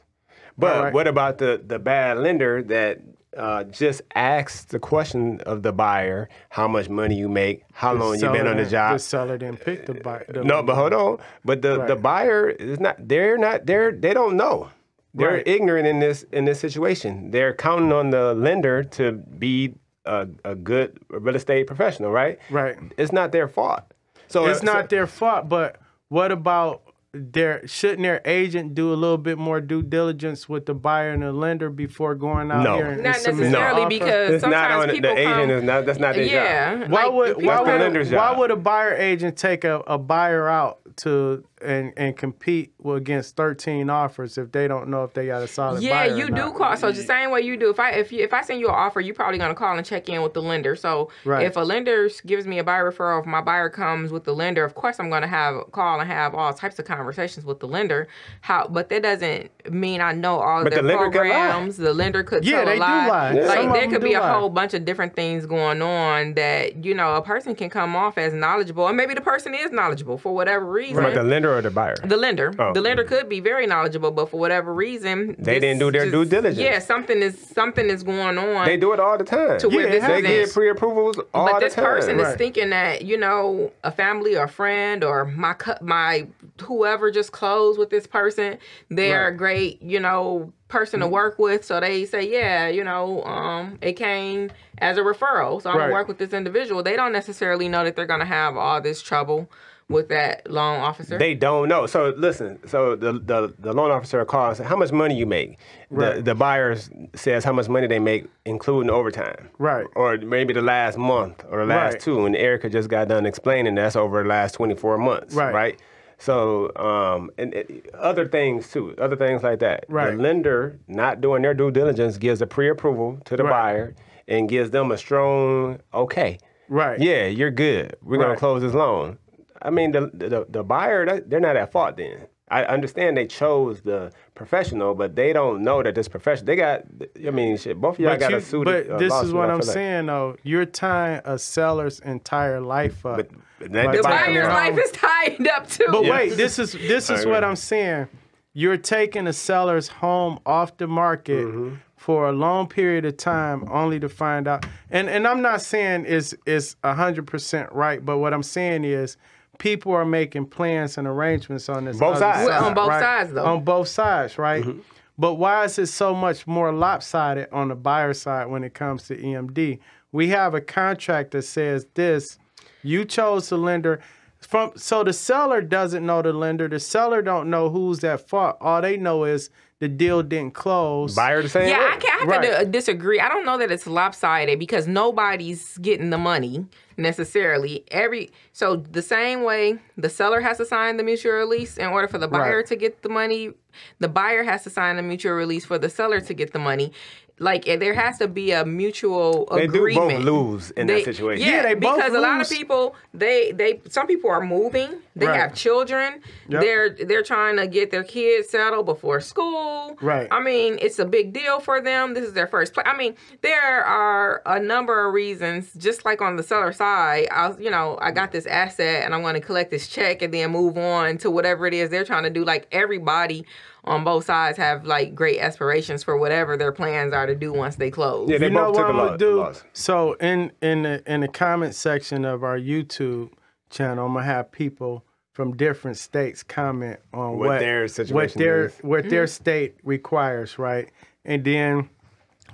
[SPEAKER 3] But
[SPEAKER 2] Right.
[SPEAKER 3] what about the, the bad lender that uh, just asks the question of the buyer how much money you make, how long you Oh, been on the
[SPEAKER 2] Seller-
[SPEAKER 3] job?
[SPEAKER 2] The seller didn't pick the buyer.
[SPEAKER 3] No, but hold on. But the, the
[SPEAKER 2] Right.
[SPEAKER 3] buyer is not. They're not. They're they don't know. They're
[SPEAKER 2] Right.
[SPEAKER 3] ignorant in this in this situation. They're counting on the lender to be a, a good real estate professional, right?
[SPEAKER 2] Right.
[SPEAKER 3] It's not their fault. So
[SPEAKER 2] it's not
[SPEAKER 3] So,
[SPEAKER 2] their fault. But what about their? Shouldn't their agent do a little bit more due diligence with the buyer and the lender before going out
[SPEAKER 3] No.
[SPEAKER 2] here? And
[SPEAKER 1] Not
[SPEAKER 2] submit an
[SPEAKER 1] necessarily
[SPEAKER 2] offer?
[SPEAKER 1] because
[SPEAKER 3] it's not
[SPEAKER 1] sometimes
[SPEAKER 3] on the
[SPEAKER 1] people
[SPEAKER 3] agent.
[SPEAKER 1] come-
[SPEAKER 3] Is not. That's not their
[SPEAKER 1] yeah.
[SPEAKER 3] job.
[SPEAKER 2] Why
[SPEAKER 1] like,
[SPEAKER 2] would
[SPEAKER 1] people
[SPEAKER 2] why
[SPEAKER 3] That's the
[SPEAKER 1] come-
[SPEAKER 3] lender's
[SPEAKER 2] would, why
[SPEAKER 3] job.
[SPEAKER 2] would a buyer agent take a, a buyer out to and and compete with- against thirteen offers if they don't know if they got a solid
[SPEAKER 1] Yeah,
[SPEAKER 2] buyer or
[SPEAKER 1] you do
[SPEAKER 2] not?
[SPEAKER 1] call. So it's the same way you do. If I if you, if I send you an offer, you're probably gonna call and check in with the lender. So
[SPEAKER 2] Right.
[SPEAKER 1] if a lender s- gives me a buyer referral, if my buyer comes with the lender, of course I'm gonna have call and have all types of conversations with the lender. How? But that doesn't mean I know all
[SPEAKER 3] But
[SPEAKER 1] of their
[SPEAKER 3] the lender can lie.
[SPEAKER 1] programs. The lender could
[SPEAKER 2] Yeah,
[SPEAKER 1] tell
[SPEAKER 2] they
[SPEAKER 1] a
[SPEAKER 2] do
[SPEAKER 1] lie.
[SPEAKER 2] lie.
[SPEAKER 3] Yeah. Some
[SPEAKER 1] Like
[SPEAKER 3] of
[SPEAKER 1] there
[SPEAKER 2] them
[SPEAKER 1] could
[SPEAKER 2] do
[SPEAKER 1] be a
[SPEAKER 2] lie.
[SPEAKER 1] whole bunch of different things going on that you know a person can come off as knowledgeable, and maybe the person is knowledgeable for whatever reason.
[SPEAKER 3] But the lender or the buyer.
[SPEAKER 1] The lender.
[SPEAKER 3] Oh.
[SPEAKER 1] The lender could be very knowledgeable, but for whatever reason,
[SPEAKER 3] They didn't do their due diligence.
[SPEAKER 1] Yeah, something is something is going on.
[SPEAKER 3] they do it all the time.
[SPEAKER 1] To where
[SPEAKER 2] Yeah, it this
[SPEAKER 3] they
[SPEAKER 2] is-
[SPEAKER 3] get pre-approvals all
[SPEAKER 1] but
[SPEAKER 3] the
[SPEAKER 1] this
[SPEAKER 3] time.
[SPEAKER 1] person is
[SPEAKER 2] Right.
[SPEAKER 1] thinking that you know a family or a friend or my cu- my whoever just closed with this person. They're a great you know person
[SPEAKER 3] Mm-hmm.
[SPEAKER 1] to work with, so they say yeah you know um it came as a referral, so I'm
[SPEAKER 2] Right.
[SPEAKER 1] gonna work with this individual. They don't necessarily know that they're gonna have all this trouble with that loan officer.
[SPEAKER 3] They don't know. So listen. So the the, the loan officer calls. How much money you make? The,
[SPEAKER 2] Right.
[SPEAKER 3] the buyer says how much money they make, including overtime.
[SPEAKER 2] Right.
[SPEAKER 3] Or maybe the last month or the last
[SPEAKER 2] Right.
[SPEAKER 3] two. And Erica just got done explaining that's over the last twenty four months.
[SPEAKER 2] Right.
[SPEAKER 3] Right. So um, and, and other things too, other things like that.
[SPEAKER 2] Right.
[SPEAKER 3] The lender not doing their due diligence gives a pre-approval to the
[SPEAKER 2] Right.
[SPEAKER 3] buyer and gives them a strong okay.
[SPEAKER 2] Right.
[SPEAKER 3] Yeah, you're good. We're gonna
[SPEAKER 2] Right.
[SPEAKER 3] close this loan. I mean, the the, the buyer, that, they're not at fault. Then I understand they chose the professional, but they don't know that this professional. They got. I mean, shit. Both of y'all
[SPEAKER 2] But,
[SPEAKER 3] got
[SPEAKER 2] you,
[SPEAKER 3] a suit.
[SPEAKER 2] but
[SPEAKER 3] a
[SPEAKER 2] this is
[SPEAKER 3] lawsuit,
[SPEAKER 2] what
[SPEAKER 3] I
[SPEAKER 2] I'm
[SPEAKER 3] feel like.
[SPEAKER 2] saying though. You're tying a seller's entire life up.
[SPEAKER 3] But that
[SPEAKER 2] The
[SPEAKER 1] the
[SPEAKER 3] buyer
[SPEAKER 1] buyer's
[SPEAKER 3] can-
[SPEAKER 1] life is tied up too.
[SPEAKER 2] But wait, this is this is what I'm saying. You're taking a seller's home off the market
[SPEAKER 3] Mm-hmm.
[SPEAKER 2] for a long period of time, only to find out. And and I'm not saying it's it's hundred percent right, but what I'm saying is people are making plans and arrangements on this
[SPEAKER 3] Both
[SPEAKER 2] other
[SPEAKER 3] sides. Well,
[SPEAKER 2] side,
[SPEAKER 1] on both
[SPEAKER 2] right?
[SPEAKER 1] sides, though.
[SPEAKER 2] On both sides, right? But why is it so much more lopsided on the buyer side when it comes to EMD? We have a contract that says this. You chose the lender from so the seller doesn't know the lender. The seller don't know who's at fault. All they know is the deal didn't close.
[SPEAKER 3] Buyer the same.
[SPEAKER 1] yeah,
[SPEAKER 3] way.
[SPEAKER 1] I can't have to
[SPEAKER 2] Right.
[SPEAKER 1] di- disagree. I don't know that it's lopsided because nobody's getting the money necessarily. Every so the same way the seller has to sign the mutual release in order for the buyer
[SPEAKER 2] Right.
[SPEAKER 1] to get the money, the buyer has to sign a mutual release for the seller to get the money. Like eh, there has to be a mutual
[SPEAKER 3] They do
[SPEAKER 1] agreement.
[SPEAKER 3] both lose in
[SPEAKER 1] They-
[SPEAKER 3] that situation.
[SPEAKER 1] Yeah,
[SPEAKER 2] Yeah, they both
[SPEAKER 1] because a lot of
[SPEAKER 2] lose.
[SPEAKER 1] people they they some people are moving. They
[SPEAKER 2] Right.
[SPEAKER 1] have children.
[SPEAKER 2] Yep.
[SPEAKER 1] They're they're trying to get their kids settled before school.
[SPEAKER 2] Right.
[SPEAKER 1] I mean, it's a big deal for them. This is their first place. I mean, there are a number of reasons. Just like on the seller side, I was, you know, I got this asset and I'm going to collect this check and then move on to whatever it is they're trying to do. Like everybody on both sides have like great aspirations for whatever their plans are to do once they close.
[SPEAKER 3] Yeah, they
[SPEAKER 2] you know
[SPEAKER 3] both
[SPEAKER 2] what
[SPEAKER 3] took a
[SPEAKER 2] I'm gonna
[SPEAKER 3] lot-
[SPEAKER 2] do?
[SPEAKER 3] loss.
[SPEAKER 2] So in in the in the comment section of our YouTube channel, I'm gonna have people from different states comment on
[SPEAKER 3] What
[SPEAKER 2] what,
[SPEAKER 3] their
[SPEAKER 2] what
[SPEAKER 3] situation
[SPEAKER 2] their
[SPEAKER 3] is.
[SPEAKER 2] what their state requires, right? And then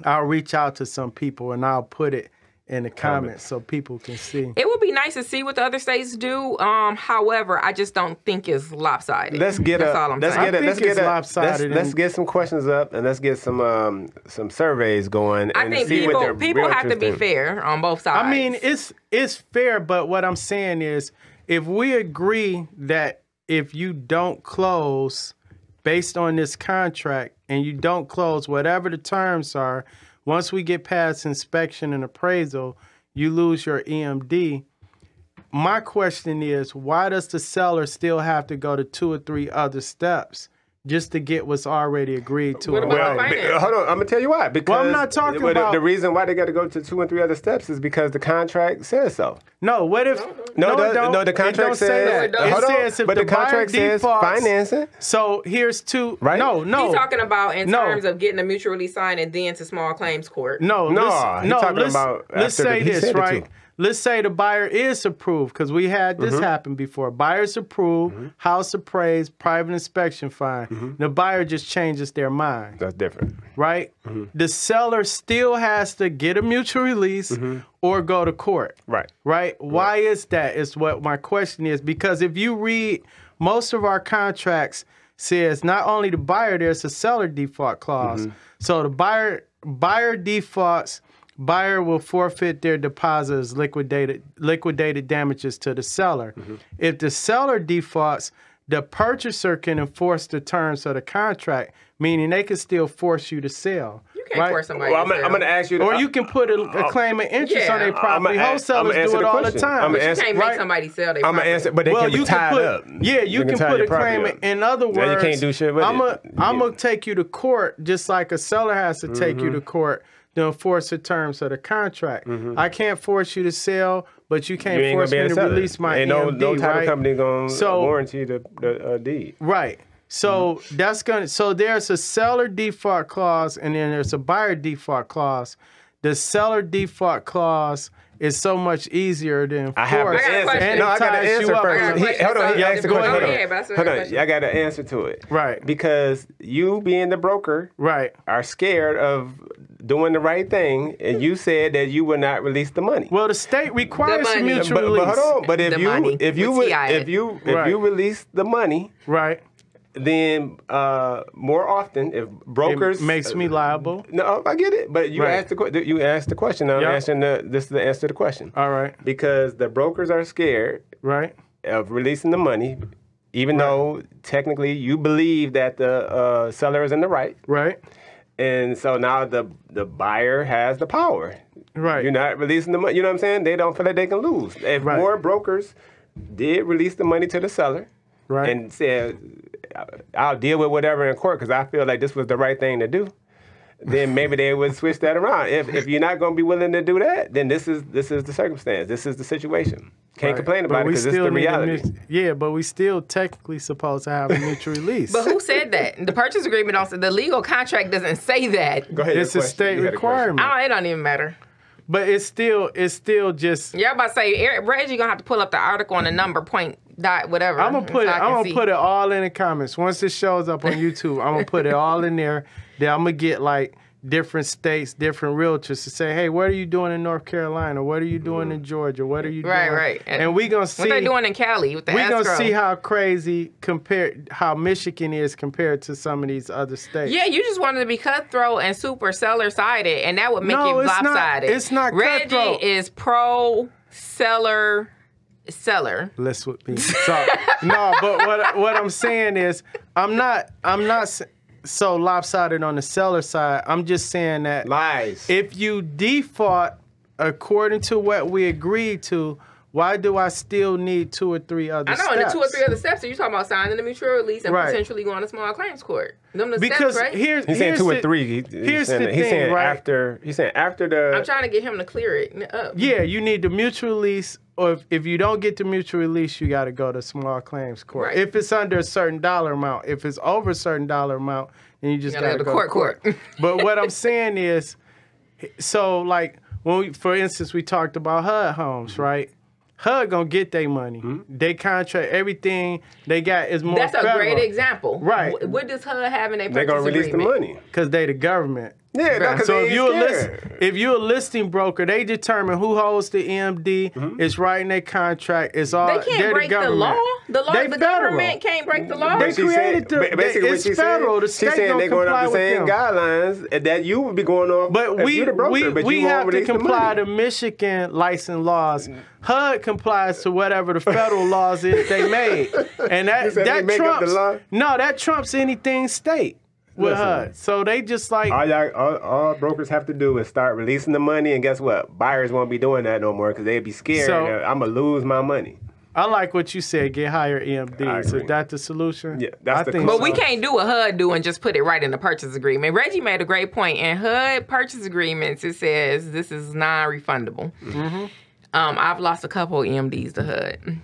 [SPEAKER 2] I'll reach out to some people and I'll put it in the comments so people can see.
[SPEAKER 1] It would be nice to see what the other states do. Um, however, I just don't think it's lopsided.
[SPEAKER 3] Let's get
[SPEAKER 1] That's
[SPEAKER 3] a,
[SPEAKER 1] all I'm
[SPEAKER 3] let's
[SPEAKER 1] saying.
[SPEAKER 3] get a,
[SPEAKER 2] I
[SPEAKER 3] let's
[SPEAKER 2] think
[SPEAKER 3] get
[SPEAKER 2] it's
[SPEAKER 3] a, let's,
[SPEAKER 2] lopsided
[SPEAKER 3] let's
[SPEAKER 2] and-
[SPEAKER 3] get some questions up and let's get some um some surveys going
[SPEAKER 1] I
[SPEAKER 3] and
[SPEAKER 1] think
[SPEAKER 3] see what
[SPEAKER 1] people
[SPEAKER 3] their
[SPEAKER 1] people
[SPEAKER 3] real
[SPEAKER 1] have to be
[SPEAKER 3] interest is.
[SPEAKER 1] fair on both sides.
[SPEAKER 2] I mean, it's it's fair, but what I'm saying is, if we agree that if you don't close based on this contract and you don't close whatever the terms are, once we get past inspection and appraisal, you lose your E EMD. My question is, why does the seller still have to go to two or three other steps just to get what's already agreed to.
[SPEAKER 1] What
[SPEAKER 2] and
[SPEAKER 1] about
[SPEAKER 2] all
[SPEAKER 1] the
[SPEAKER 2] that.
[SPEAKER 1] finance?
[SPEAKER 3] be- hold on, I'm gonna tell you why. Because
[SPEAKER 2] Well, I'm not talking
[SPEAKER 3] well, the,
[SPEAKER 2] about-
[SPEAKER 3] the reason why they got to go to two and three other steps is because the contract says so.
[SPEAKER 2] No, what if
[SPEAKER 3] No,
[SPEAKER 2] it
[SPEAKER 3] the,
[SPEAKER 2] don't.
[SPEAKER 3] no, the
[SPEAKER 2] It
[SPEAKER 3] contract
[SPEAKER 2] don't
[SPEAKER 3] says.
[SPEAKER 2] say that.
[SPEAKER 1] No, it
[SPEAKER 3] hold
[SPEAKER 2] It
[SPEAKER 3] on,
[SPEAKER 2] says if
[SPEAKER 3] but the,
[SPEAKER 2] buyer
[SPEAKER 3] contract says
[SPEAKER 2] defaults-
[SPEAKER 3] financing.
[SPEAKER 2] So here's two.
[SPEAKER 3] Right?
[SPEAKER 2] No, no.
[SPEAKER 1] He's talking about in
[SPEAKER 2] No.
[SPEAKER 1] terms of getting a mutually signed and then to small claims court.
[SPEAKER 2] No,
[SPEAKER 3] Nah,
[SPEAKER 2] let's,
[SPEAKER 3] he
[SPEAKER 2] no.
[SPEAKER 3] talking
[SPEAKER 2] let's,
[SPEAKER 3] about
[SPEAKER 2] let's
[SPEAKER 3] after
[SPEAKER 2] say
[SPEAKER 3] the- he
[SPEAKER 2] this
[SPEAKER 3] said it
[SPEAKER 2] right.
[SPEAKER 3] too.
[SPEAKER 2] Let's say the buyer is approved because we had
[SPEAKER 3] Mm-hmm.
[SPEAKER 2] this happen before. Buyer's approved, house appraised, private inspection fine.
[SPEAKER 3] Mm-hmm.
[SPEAKER 2] The buyer just changes their mind,
[SPEAKER 3] That's different.
[SPEAKER 2] right?
[SPEAKER 3] Mm-hmm.
[SPEAKER 2] The seller still has to get a mutual release
[SPEAKER 3] Mm-hmm.
[SPEAKER 2] or go to court.
[SPEAKER 3] Right.
[SPEAKER 2] Right? Why is that? Is what my question is. Because if you read most of our contracts says not only the buyer, there's a seller default clause. So the buyer buyer defaults, buyer will forfeit their deposits liquidated liquidated damages to the seller. If the seller defaults, the purchaser can enforce the terms of the contract, meaning they can still force you to sell.
[SPEAKER 1] You can't
[SPEAKER 2] right?
[SPEAKER 1] force somebody.
[SPEAKER 3] Well, I'm,
[SPEAKER 1] to
[SPEAKER 3] gonna-
[SPEAKER 1] sell.
[SPEAKER 3] I'm gonna ask you.
[SPEAKER 2] Or you can put a, a claim of interest on their
[SPEAKER 1] Yeah.
[SPEAKER 2] property.
[SPEAKER 3] Oh. I'ma a-
[SPEAKER 2] Wholesalers
[SPEAKER 3] I'ma answer
[SPEAKER 2] do it
[SPEAKER 3] the
[SPEAKER 2] all the
[SPEAKER 3] question.
[SPEAKER 2] time.
[SPEAKER 3] I'ma
[SPEAKER 1] You
[SPEAKER 3] answer-
[SPEAKER 1] can't
[SPEAKER 2] right?
[SPEAKER 1] make somebody sell their
[SPEAKER 3] I'm gonna
[SPEAKER 1] property.
[SPEAKER 3] answer, but they
[SPEAKER 2] well,
[SPEAKER 3] can be
[SPEAKER 2] you can
[SPEAKER 3] tied
[SPEAKER 2] put
[SPEAKER 3] up.
[SPEAKER 2] yeah, you
[SPEAKER 3] They
[SPEAKER 2] can,
[SPEAKER 3] tie
[SPEAKER 2] put
[SPEAKER 3] your
[SPEAKER 2] a
[SPEAKER 3] property
[SPEAKER 2] claim.
[SPEAKER 3] up.
[SPEAKER 2] in- In other
[SPEAKER 3] Yeah, you
[SPEAKER 2] words,
[SPEAKER 3] can't do shit with
[SPEAKER 2] I'm
[SPEAKER 3] it.
[SPEAKER 2] I'm gonna take you to court just like a seller has to take
[SPEAKER 3] Mm-hmm.
[SPEAKER 2] you to court to enforce the terms of the contract. I can't force you to sell, but you can't
[SPEAKER 3] Mm-hmm. You ain't gonna
[SPEAKER 2] force
[SPEAKER 3] be
[SPEAKER 2] me
[SPEAKER 3] able
[SPEAKER 2] to
[SPEAKER 3] to sell it.
[SPEAKER 2] release my
[SPEAKER 3] Ain't no,
[SPEAKER 2] EMD,
[SPEAKER 3] no title
[SPEAKER 2] right?
[SPEAKER 3] company gonna
[SPEAKER 2] So-
[SPEAKER 3] warranty the, the uh, deed.
[SPEAKER 2] Right. So
[SPEAKER 3] Mm-hmm.
[SPEAKER 2] that's gonna. So there's a seller default clause, and then there's a buyer default clause. The seller default clause is so much easier than
[SPEAKER 3] I have
[SPEAKER 1] I
[SPEAKER 3] an
[SPEAKER 1] got a
[SPEAKER 3] answer.
[SPEAKER 1] question.
[SPEAKER 3] no, I got
[SPEAKER 2] Ties
[SPEAKER 3] an
[SPEAKER 2] you
[SPEAKER 3] answer
[SPEAKER 1] I
[SPEAKER 2] up.
[SPEAKER 1] got a
[SPEAKER 3] first. He,
[SPEAKER 1] question.
[SPEAKER 3] hold on, he
[SPEAKER 1] So-
[SPEAKER 3] asked the
[SPEAKER 2] Go
[SPEAKER 3] question.
[SPEAKER 2] ahead.
[SPEAKER 3] Hold
[SPEAKER 2] Yeah,
[SPEAKER 1] but I still
[SPEAKER 3] on,
[SPEAKER 1] have
[SPEAKER 3] hold
[SPEAKER 1] a
[SPEAKER 3] on.
[SPEAKER 1] question.
[SPEAKER 3] I got an answer to it.
[SPEAKER 2] Right.
[SPEAKER 3] Because you, being the broker,
[SPEAKER 2] right.
[SPEAKER 3] are scared of doing the right thing, and you said that you would not release the money.
[SPEAKER 2] Well, the state requires
[SPEAKER 1] money.
[SPEAKER 2] a mutual
[SPEAKER 3] but, but
[SPEAKER 2] release.
[SPEAKER 3] hold on. But if
[SPEAKER 1] The
[SPEAKER 3] you
[SPEAKER 1] money
[SPEAKER 3] if you
[SPEAKER 1] with
[SPEAKER 3] would,
[SPEAKER 1] TI.
[SPEAKER 3] if you if
[SPEAKER 2] Right.
[SPEAKER 3] you release the money,
[SPEAKER 2] Right.
[SPEAKER 3] then uh, more often, if brokers uh,
[SPEAKER 2] It makes me liable.
[SPEAKER 3] No, I get it. But you
[SPEAKER 2] Right.
[SPEAKER 3] asked the que- you asked the question. I'm
[SPEAKER 2] Yeah.
[SPEAKER 3] answering the. This is the answer to the question.
[SPEAKER 2] All right.
[SPEAKER 3] Because the brokers are scared
[SPEAKER 2] Right.
[SPEAKER 3] of releasing the money, even though technically you believe that the uh, seller is in the right,
[SPEAKER 2] Right.
[SPEAKER 3] and so now the the buyer has the power.
[SPEAKER 2] Right.
[SPEAKER 3] You're not releasing the money. You know what I'm saying? They don't feel like they can lose. If
[SPEAKER 2] Right.
[SPEAKER 3] more brokers did release the money to the seller,
[SPEAKER 2] Right.
[SPEAKER 3] and said, "I'll deal with whatever in court because I feel like this was the right thing to do." then maybe they would switch that around. If, if you're not going to be willing to do that, then this is this is the circumstance. This is the situation. Can't complain
[SPEAKER 2] But
[SPEAKER 3] about it
[SPEAKER 2] we
[SPEAKER 3] because it's
[SPEAKER 2] still
[SPEAKER 3] the
[SPEAKER 2] need a
[SPEAKER 3] reality.
[SPEAKER 2] mut- yeah, but we still technically supposed to have a mutual release.
[SPEAKER 1] But who said that? The purchase agreement also the legal contract doesn't say that.
[SPEAKER 3] Go ahead.
[SPEAKER 2] it's a
[SPEAKER 3] your question.
[SPEAKER 2] state
[SPEAKER 3] You had a question.
[SPEAKER 2] requirement.
[SPEAKER 1] Oh, it don't even matter.
[SPEAKER 2] but it's still it's still just
[SPEAKER 1] Yeah, I'm about to say Eric, Reggie gonna have to pull up the article on the number point dot whatever.
[SPEAKER 2] I'm gonna put it. I'm gonna put it all in the comments. Once it shows up on YouTube, I'm gonna put it all in there. Then I'm gonna get like different states, different realtors to say, "Hey, what are you doing in North Carolina? What are you doing in Georgia? What are you
[SPEAKER 1] Right,
[SPEAKER 2] doing?"
[SPEAKER 1] right.
[SPEAKER 2] And we gonna see
[SPEAKER 1] What they doing in Cali with the
[SPEAKER 2] we
[SPEAKER 1] escrow?
[SPEAKER 2] gonna see how crazy compared how Michigan is compared to some of these other states.
[SPEAKER 1] Yeah, you just wanted to be cutthroat and super seller sided, and that would make
[SPEAKER 2] No,
[SPEAKER 1] it
[SPEAKER 2] it's not-
[SPEAKER 1] lopsided.
[SPEAKER 2] it's not
[SPEAKER 1] Reggie
[SPEAKER 2] cutthroat.
[SPEAKER 1] is pro seller seller.
[SPEAKER 2] less with me. So no, but what what I'm saying is I'm not I'm not s- so lopsided on the seller side. I'm just saying that
[SPEAKER 3] Lies.
[SPEAKER 2] if you default according to what we agreed to, why do I still need two or three other
[SPEAKER 1] I know, and the
[SPEAKER 2] steps?
[SPEAKER 1] two or three other steps that you're talking about signing the mutual release and
[SPEAKER 2] Right.
[SPEAKER 1] potentially going to small claims court. Them the
[SPEAKER 2] because
[SPEAKER 1] steps, right?
[SPEAKER 2] here's
[SPEAKER 3] He's saying
[SPEAKER 2] here's
[SPEAKER 3] two
[SPEAKER 2] the-
[SPEAKER 3] or three. He- he's
[SPEAKER 2] here's
[SPEAKER 3] saying,
[SPEAKER 2] the
[SPEAKER 3] he's
[SPEAKER 2] thing,
[SPEAKER 3] saying
[SPEAKER 2] right?
[SPEAKER 3] after. He's saying after the.
[SPEAKER 1] I'm trying to get him to clear it up.
[SPEAKER 2] Yeah, you need the mutual release, or if, if you don't get the mutual release, you got to go to small claims court.
[SPEAKER 1] Right.
[SPEAKER 2] If it's under a certain dollar amount, if it's over a certain dollar amount, then you just
[SPEAKER 1] You gotta
[SPEAKER 2] got
[SPEAKER 1] go
[SPEAKER 2] to
[SPEAKER 1] to
[SPEAKER 2] go
[SPEAKER 1] court,
[SPEAKER 2] to court.
[SPEAKER 1] court.
[SPEAKER 2] but what I'm saying is, so like when we, for instance, we talked about HUD homes,
[SPEAKER 3] Mm-hmm.
[SPEAKER 2] right? HUD gonna get their money. They contract everything they got is more.
[SPEAKER 1] That's a
[SPEAKER 2] federal,
[SPEAKER 1] great example.
[SPEAKER 2] Right.
[SPEAKER 1] Wh- What does HUD have in their
[SPEAKER 3] they're
[SPEAKER 1] purchase
[SPEAKER 3] gonna release
[SPEAKER 1] agreement?
[SPEAKER 3] the money.
[SPEAKER 2] because they the government.
[SPEAKER 3] Yeah, no,
[SPEAKER 1] Right.
[SPEAKER 3] because
[SPEAKER 2] So
[SPEAKER 3] they
[SPEAKER 2] if
[SPEAKER 3] ain't
[SPEAKER 2] you're a list,
[SPEAKER 3] scared.
[SPEAKER 2] if you're a listing broker, they determine who holds the EMD.
[SPEAKER 3] Mm-hmm.
[SPEAKER 2] It's right in their contract. It's all
[SPEAKER 1] They
[SPEAKER 2] they're
[SPEAKER 1] can't break the,
[SPEAKER 2] government.
[SPEAKER 1] law. The law,
[SPEAKER 2] They
[SPEAKER 1] the
[SPEAKER 2] federal.
[SPEAKER 1] government can't break the law.
[SPEAKER 2] They
[SPEAKER 3] But she
[SPEAKER 2] created the-
[SPEAKER 3] ba- basically
[SPEAKER 2] they-
[SPEAKER 3] what
[SPEAKER 2] it's
[SPEAKER 3] she
[SPEAKER 2] federal. The
[SPEAKER 3] She's
[SPEAKER 2] state
[SPEAKER 3] saying
[SPEAKER 2] don't
[SPEAKER 3] they're going
[SPEAKER 2] comply
[SPEAKER 3] off the
[SPEAKER 2] with
[SPEAKER 3] same
[SPEAKER 2] them.
[SPEAKER 3] guidelines that you would be going off.
[SPEAKER 2] But
[SPEAKER 3] if
[SPEAKER 2] we
[SPEAKER 3] you're the broker,
[SPEAKER 2] we,
[SPEAKER 3] but
[SPEAKER 2] we
[SPEAKER 3] you won't
[SPEAKER 2] have to
[SPEAKER 3] release the
[SPEAKER 2] comply
[SPEAKER 3] money. Mm.
[SPEAKER 2] to Michigan license laws. HUD complies to whatever the federal laws is they made, and that
[SPEAKER 3] said they
[SPEAKER 2] that
[SPEAKER 3] make up the
[SPEAKER 2] trumps
[SPEAKER 3] law?
[SPEAKER 2] no that trumps anything state with
[SPEAKER 3] Listen.
[SPEAKER 2] HUD. So they just like
[SPEAKER 3] All, y'all, all, all brokers have to do is start releasing the money, and guess what? Buyers won't be doing that no more because they'd be scared.
[SPEAKER 2] So-
[SPEAKER 3] I'm gonna lose my money.
[SPEAKER 2] I like what you said. Get higher EMDs. Is
[SPEAKER 3] agree.
[SPEAKER 2] that the solution?
[SPEAKER 3] Yeah, that's
[SPEAKER 2] I
[SPEAKER 3] the
[SPEAKER 2] think
[SPEAKER 3] close-
[SPEAKER 1] But we can't do what HUD do and just put it right in the purchase agreement. Reggie made a great point. In HUD purchase agreements, it says this is non-refundable. Um, I've lost a couple EMDs to HUD.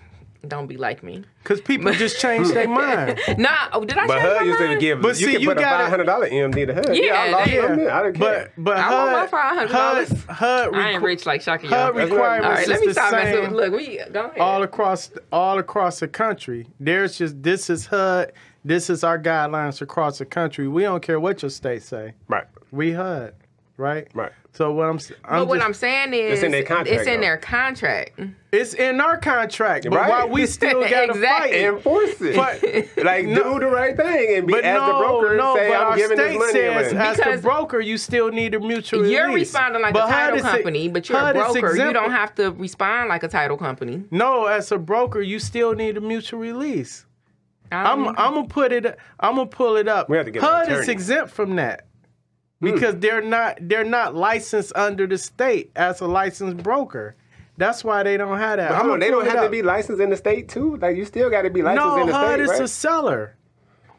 [SPEAKER 1] Don't be like me.
[SPEAKER 2] because people just change their mind.
[SPEAKER 1] Nah, oh, did I
[SPEAKER 3] But
[SPEAKER 1] change
[SPEAKER 3] HUD
[SPEAKER 1] my
[SPEAKER 3] used to
[SPEAKER 1] mind?
[SPEAKER 3] give.
[SPEAKER 2] But
[SPEAKER 3] you
[SPEAKER 2] see,
[SPEAKER 3] can
[SPEAKER 2] you
[SPEAKER 3] put a
[SPEAKER 2] gotta-
[SPEAKER 3] five hundred dollar EMD to HUD.
[SPEAKER 1] Yeah,
[SPEAKER 3] I lost
[SPEAKER 1] they-
[SPEAKER 3] some. I didn't
[SPEAKER 2] But
[SPEAKER 3] care.
[SPEAKER 2] but
[SPEAKER 1] I want my
[SPEAKER 2] HUD,
[SPEAKER 1] five hundred
[SPEAKER 2] HUD,
[SPEAKER 1] dollars.
[SPEAKER 2] HUD,
[SPEAKER 1] I ain't
[SPEAKER 2] requ-
[SPEAKER 1] rich like Shaka.
[SPEAKER 2] HUD
[SPEAKER 1] All
[SPEAKER 3] That's what I'm-
[SPEAKER 2] requirements
[SPEAKER 1] right,
[SPEAKER 2] is
[SPEAKER 1] let me
[SPEAKER 2] the
[SPEAKER 1] stop messing with.
[SPEAKER 2] same
[SPEAKER 1] Look, we go ahead.
[SPEAKER 2] all across all across the country. There's just this is HUD. This is our guidelines across the country. We don't care what your state say.
[SPEAKER 3] Right.
[SPEAKER 2] We HUD, right?
[SPEAKER 3] Right.
[SPEAKER 2] So what I'm, s- I'm
[SPEAKER 1] but what
[SPEAKER 2] just-
[SPEAKER 1] I'm saying is,
[SPEAKER 3] It's in their contract,
[SPEAKER 1] It's in
[SPEAKER 3] though.
[SPEAKER 1] their contract.
[SPEAKER 2] it's in our contract, but
[SPEAKER 3] Right.
[SPEAKER 2] why we still got to
[SPEAKER 1] Exactly.
[SPEAKER 2] fight?
[SPEAKER 3] Enforce it.
[SPEAKER 2] But-
[SPEAKER 3] like do the right thing and be
[SPEAKER 2] But
[SPEAKER 3] as
[SPEAKER 2] no,
[SPEAKER 3] the broker
[SPEAKER 2] no,
[SPEAKER 3] say
[SPEAKER 2] but
[SPEAKER 3] I'm
[SPEAKER 2] our
[SPEAKER 3] giving this
[SPEAKER 2] state
[SPEAKER 3] money
[SPEAKER 2] says
[SPEAKER 3] away.
[SPEAKER 2] as the
[SPEAKER 1] Because-
[SPEAKER 2] broker, you still need a mutual.
[SPEAKER 1] You're
[SPEAKER 2] release.
[SPEAKER 1] responding like
[SPEAKER 2] But e,
[SPEAKER 1] a
[SPEAKER 2] how
[SPEAKER 1] title
[SPEAKER 2] does it-
[SPEAKER 1] company, but you're
[SPEAKER 2] how
[SPEAKER 1] a
[SPEAKER 2] does
[SPEAKER 1] broker. You
[SPEAKER 2] example-
[SPEAKER 1] don't have to respond like a title company.
[SPEAKER 2] No, as a broker, you still need a mutual release.
[SPEAKER 1] I
[SPEAKER 2] I'm
[SPEAKER 1] don't-
[SPEAKER 2] I'm gonna put it. I'm gonna pull it up.
[SPEAKER 3] We have to get an
[SPEAKER 2] HUD is
[SPEAKER 3] attorney. Hmm.
[SPEAKER 2] exempt from that because they're not they're not licensed under the state as a licensed broker. That's why they don't have that.
[SPEAKER 3] Come
[SPEAKER 2] I'ma
[SPEAKER 3] on, they
[SPEAKER 2] pull
[SPEAKER 3] don't
[SPEAKER 2] it
[SPEAKER 3] have to
[SPEAKER 2] up.
[SPEAKER 3] be licensed in the state too. Like you still got to be licensed
[SPEAKER 2] No,
[SPEAKER 3] in the
[SPEAKER 2] HUD
[SPEAKER 3] state,
[SPEAKER 2] is
[SPEAKER 3] right? Oh,
[SPEAKER 2] a seller.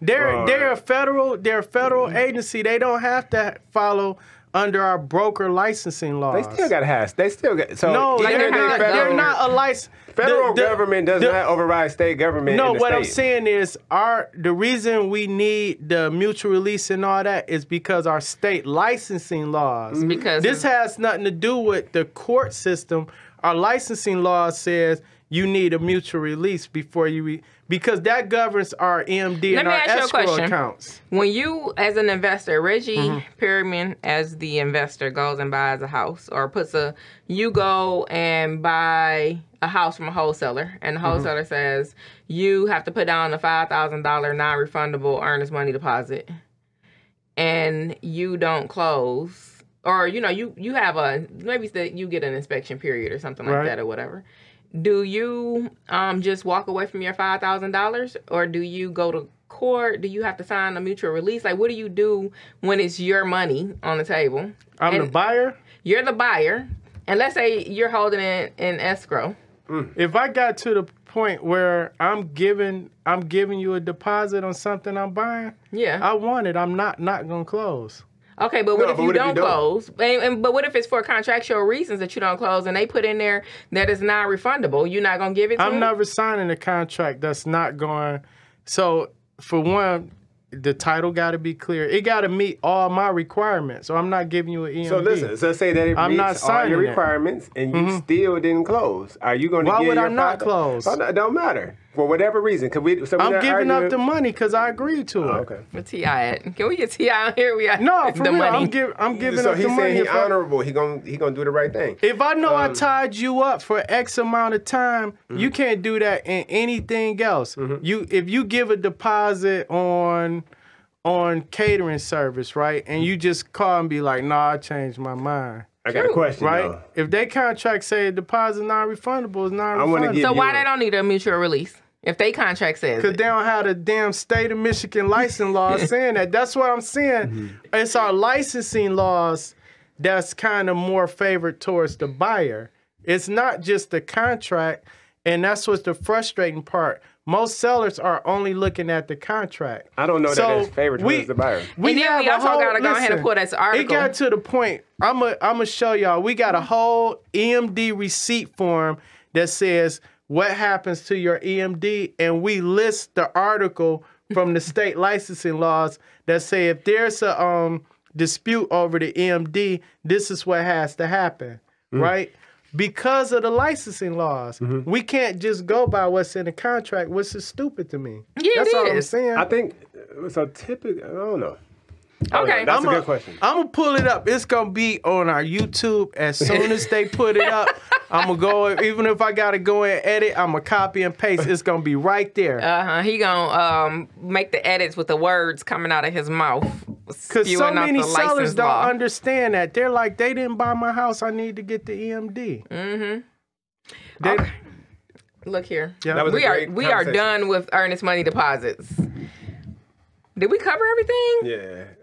[SPEAKER 2] They're
[SPEAKER 3] Right.
[SPEAKER 2] they're a federal they're a federal
[SPEAKER 3] Mm-hmm.
[SPEAKER 2] agency. They don't have to follow under our broker licensing
[SPEAKER 3] They
[SPEAKER 2] laws.
[SPEAKER 3] still got to have. They still got. So
[SPEAKER 2] no,
[SPEAKER 3] even
[SPEAKER 2] they're
[SPEAKER 3] if
[SPEAKER 2] not.
[SPEAKER 1] federal-
[SPEAKER 2] They're not a license.
[SPEAKER 3] Federal government does
[SPEAKER 2] the-
[SPEAKER 3] not override state government.
[SPEAKER 2] No,
[SPEAKER 3] in the
[SPEAKER 2] what
[SPEAKER 3] state.
[SPEAKER 2] I'm saying is our the reason we need the mutual release and all that is because our state licensing laws.
[SPEAKER 1] Mm-hmm. Because-
[SPEAKER 2] this has nothing to do with the court system. Our licensing law says you need a mutual release before you re- because that governs our EMD
[SPEAKER 1] Let
[SPEAKER 2] and
[SPEAKER 1] me
[SPEAKER 2] our
[SPEAKER 1] ask you a
[SPEAKER 2] escrow
[SPEAKER 1] question.
[SPEAKER 2] accounts.
[SPEAKER 1] when you as an investor reggie pyramid as the investor goes and buys a house or puts a you go and buy a house from a wholesaler and the wholesaler says you have to put down a $5000 non-refundable earnest money deposit and you don't close or you know you you have a maybe it's that you get an inspection period or something like
[SPEAKER 2] Right.
[SPEAKER 1] that or whatever do you um just walk away from your five thousand dollars or do you go to court do you have to sign a mutual release like what do you do when it's your money on the table
[SPEAKER 3] Uh,
[SPEAKER 2] I'm the
[SPEAKER 1] And
[SPEAKER 2] buyer.
[SPEAKER 1] you're the buyer and let's say you're holding it in escrow
[SPEAKER 2] If I got to the point where I'm giving I'm giving you a deposit on something I'm buying,
[SPEAKER 1] yeah
[SPEAKER 2] I want it. I'm not not gonna close.
[SPEAKER 1] okay but what
[SPEAKER 3] Uh, No,
[SPEAKER 1] if
[SPEAKER 3] but
[SPEAKER 1] you
[SPEAKER 3] what if you
[SPEAKER 1] don't
[SPEAKER 3] don't?
[SPEAKER 1] close and, and- but what if it's for contractual reasons that you don't close and they put in there that it's not refundable you're not gonna give it to
[SPEAKER 2] I'm
[SPEAKER 1] them?
[SPEAKER 2] never signing a contract that's not going. So for one, the title got to be clear. It got to meet all my requirements. So I'm not giving you E an EMD.
[SPEAKER 3] So listen, so say that it
[SPEAKER 2] I'm
[SPEAKER 3] meets
[SPEAKER 2] not
[SPEAKER 3] all your
[SPEAKER 2] signing it. Mm-hmm.
[SPEAKER 3] requirements and you still didn't close. Are you going to
[SPEAKER 2] Why
[SPEAKER 3] give
[SPEAKER 2] would I
[SPEAKER 3] your
[SPEAKER 2] not
[SPEAKER 3] father-
[SPEAKER 2] close?
[SPEAKER 3] Oh, no, It don't matter for whatever reason. Cause we, so we're
[SPEAKER 2] I'm
[SPEAKER 3] not
[SPEAKER 2] giving up
[SPEAKER 3] arguing-
[SPEAKER 2] the money because I agreed to it.
[SPEAKER 3] Oh, Okay.
[SPEAKER 1] Where Ti at? Can we get Ti out here? We got
[SPEAKER 2] No, for
[SPEAKER 1] the
[SPEAKER 2] real,
[SPEAKER 1] money.
[SPEAKER 2] I'm, give, I'm giving
[SPEAKER 3] So
[SPEAKER 2] up the
[SPEAKER 3] he's saying
[SPEAKER 2] money.
[SPEAKER 3] he um,
[SPEAKER 2] if I-
[SPEAKER 3] honorable. He gonna he gonna do the right thing.
[SPEAKER 2] If I know I tied you up for X amount of time,
[SPEAKER 3] Mm-hmm.
[SPEAKER 2] you can't do that in anything else. You if you give a deposit on on catering service, right? And
[SPEAKER 3] Mm-hmm.
[SPEAKER 2] you just call and be like, nah, I changed my mind.
[SPEAKER 3] I got a question.
[SPEAKER 2] Right?
[SPEAKER 3] though.
[SPEAKER 2] If they contract say deposit non refundable is non
[SPEAKER 3] wanna
[SPEAKER 2] refundable.
[SPEAKER 3] give-
[SPEAKER 1] so why
[SPEAKER 3] you-
[SPEAKER 1] they don't need a mutual release if they contract says
[SPEAKER 2] Cause
[SPEAKER 1] it?
[SPEAKER 2] they don't have the damn state of Michigan license laws saying that. That's what I'm saying.
[SPEAKER 3] Mm-hmm.
[SPEAKER 2] It's our licensing laws that's kind of more favored towards the buyer. It's not just the contract, and that's what's the frustrating part. Most sellers are only looking at the contract.
[SPEAKER 3] I don't know
[SPEAKER 2] So
[SPEAKER 3] that it's favored
[SPEAKER 2] we-
[SPEAKER 3] towards the buyer.
[SPEAKER 2] We
[SPEAKER 1] And then
[SPEAKER 2] have
[SPEAKER 1] we
[SPEAKER 2] a
[SPEAKER 1] also
[SPEAKER 2] whole-
[SPEAKER 1] gotta go ahead and
[SPEAKER 2] listen,
[SPEAKER 1] pull this
[SPEAKER 2] It
[SPEAKER 1] article.
[SPEAKER 2] got to the point. I'm a I'm gonna show y'all. We got a whole EMD receipt form that says what happens to your EMD, and we list the article from the state licensing laws that say if there's a um dispute over the EMD, this is what has to happen, right? Because of the licensing laws, we can't just go by what's in the contract, which is stupid to me.
[SPEAKER 1] Yeah, it
[SPEAKER 2] That's all I'm
[SPEAKER 1] is.
[SPEAKER 2] saying.
[SPEAKER 3] I think so. Typically, I don't know.
[SPEAKER 1] okay.
[SPEAKER 3] That's
[SPEAKER 2] I'm
[SPEAKER 3] a
[SPEAKER 2] a-
[SPEAKER 3] good question.
[SPEAKER 2] I'm gonna pull it up. It's gonna be on our YouTube as soon as they put it up. I'm gonna go. Even if I gotta go and edit, I'm gonna copy and paste. It's gonna be right there.
[SPEAKER 1] Uh huh. He gonna um make the edits with the words coming out of his mouth.
[SPEAKER 2] Cause so
[SPEAKER 1] spewing out
[SPEAKER 2] many
[SPEAKER 1] the license
[SPEAKER 2] sellers don't
[SPEAKER 1] law.
[SPEAKER 2] understand that. They're like, they didn't buy my house. I need to get the
[SPEAKER 1] Mm.
[SPEAKER 2] EMD. Mm-hmm. They,
[SPEAKER 1] Okay. Look here.
[SPEAKER 2] Yeah.
[SPEAKER 3] That was a
[SPEAKER 1] we are
[SPEAKER 3] great
[SPEAKER 1] we are
[SPEAKER 3] conversation.
[SPEAKER 1] done with earnest money deposits. Did we cover everything?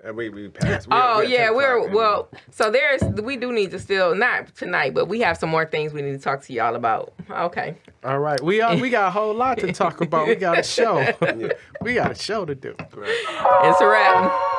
[SPEAKER 3] Yeah, uh, we we passed. We-
[SPEAKER 1] Oh
[SPEAKER 3] we at
[SPEAKER 1] yeah,
[SPEAKER 3] 10
[SPEAKER 1] we're
[SPEAKER 3] o'clock, and-
[SPEAKER 1] well. So there's we do need to still not tonight, but we have some more things we need to talk to y'all about. Okay.
[SPEAKER 2] All right, we uh, we got a whole lot to talk about. We got a show. we got a show to do.
[SPEAKER 1] It's a wrap.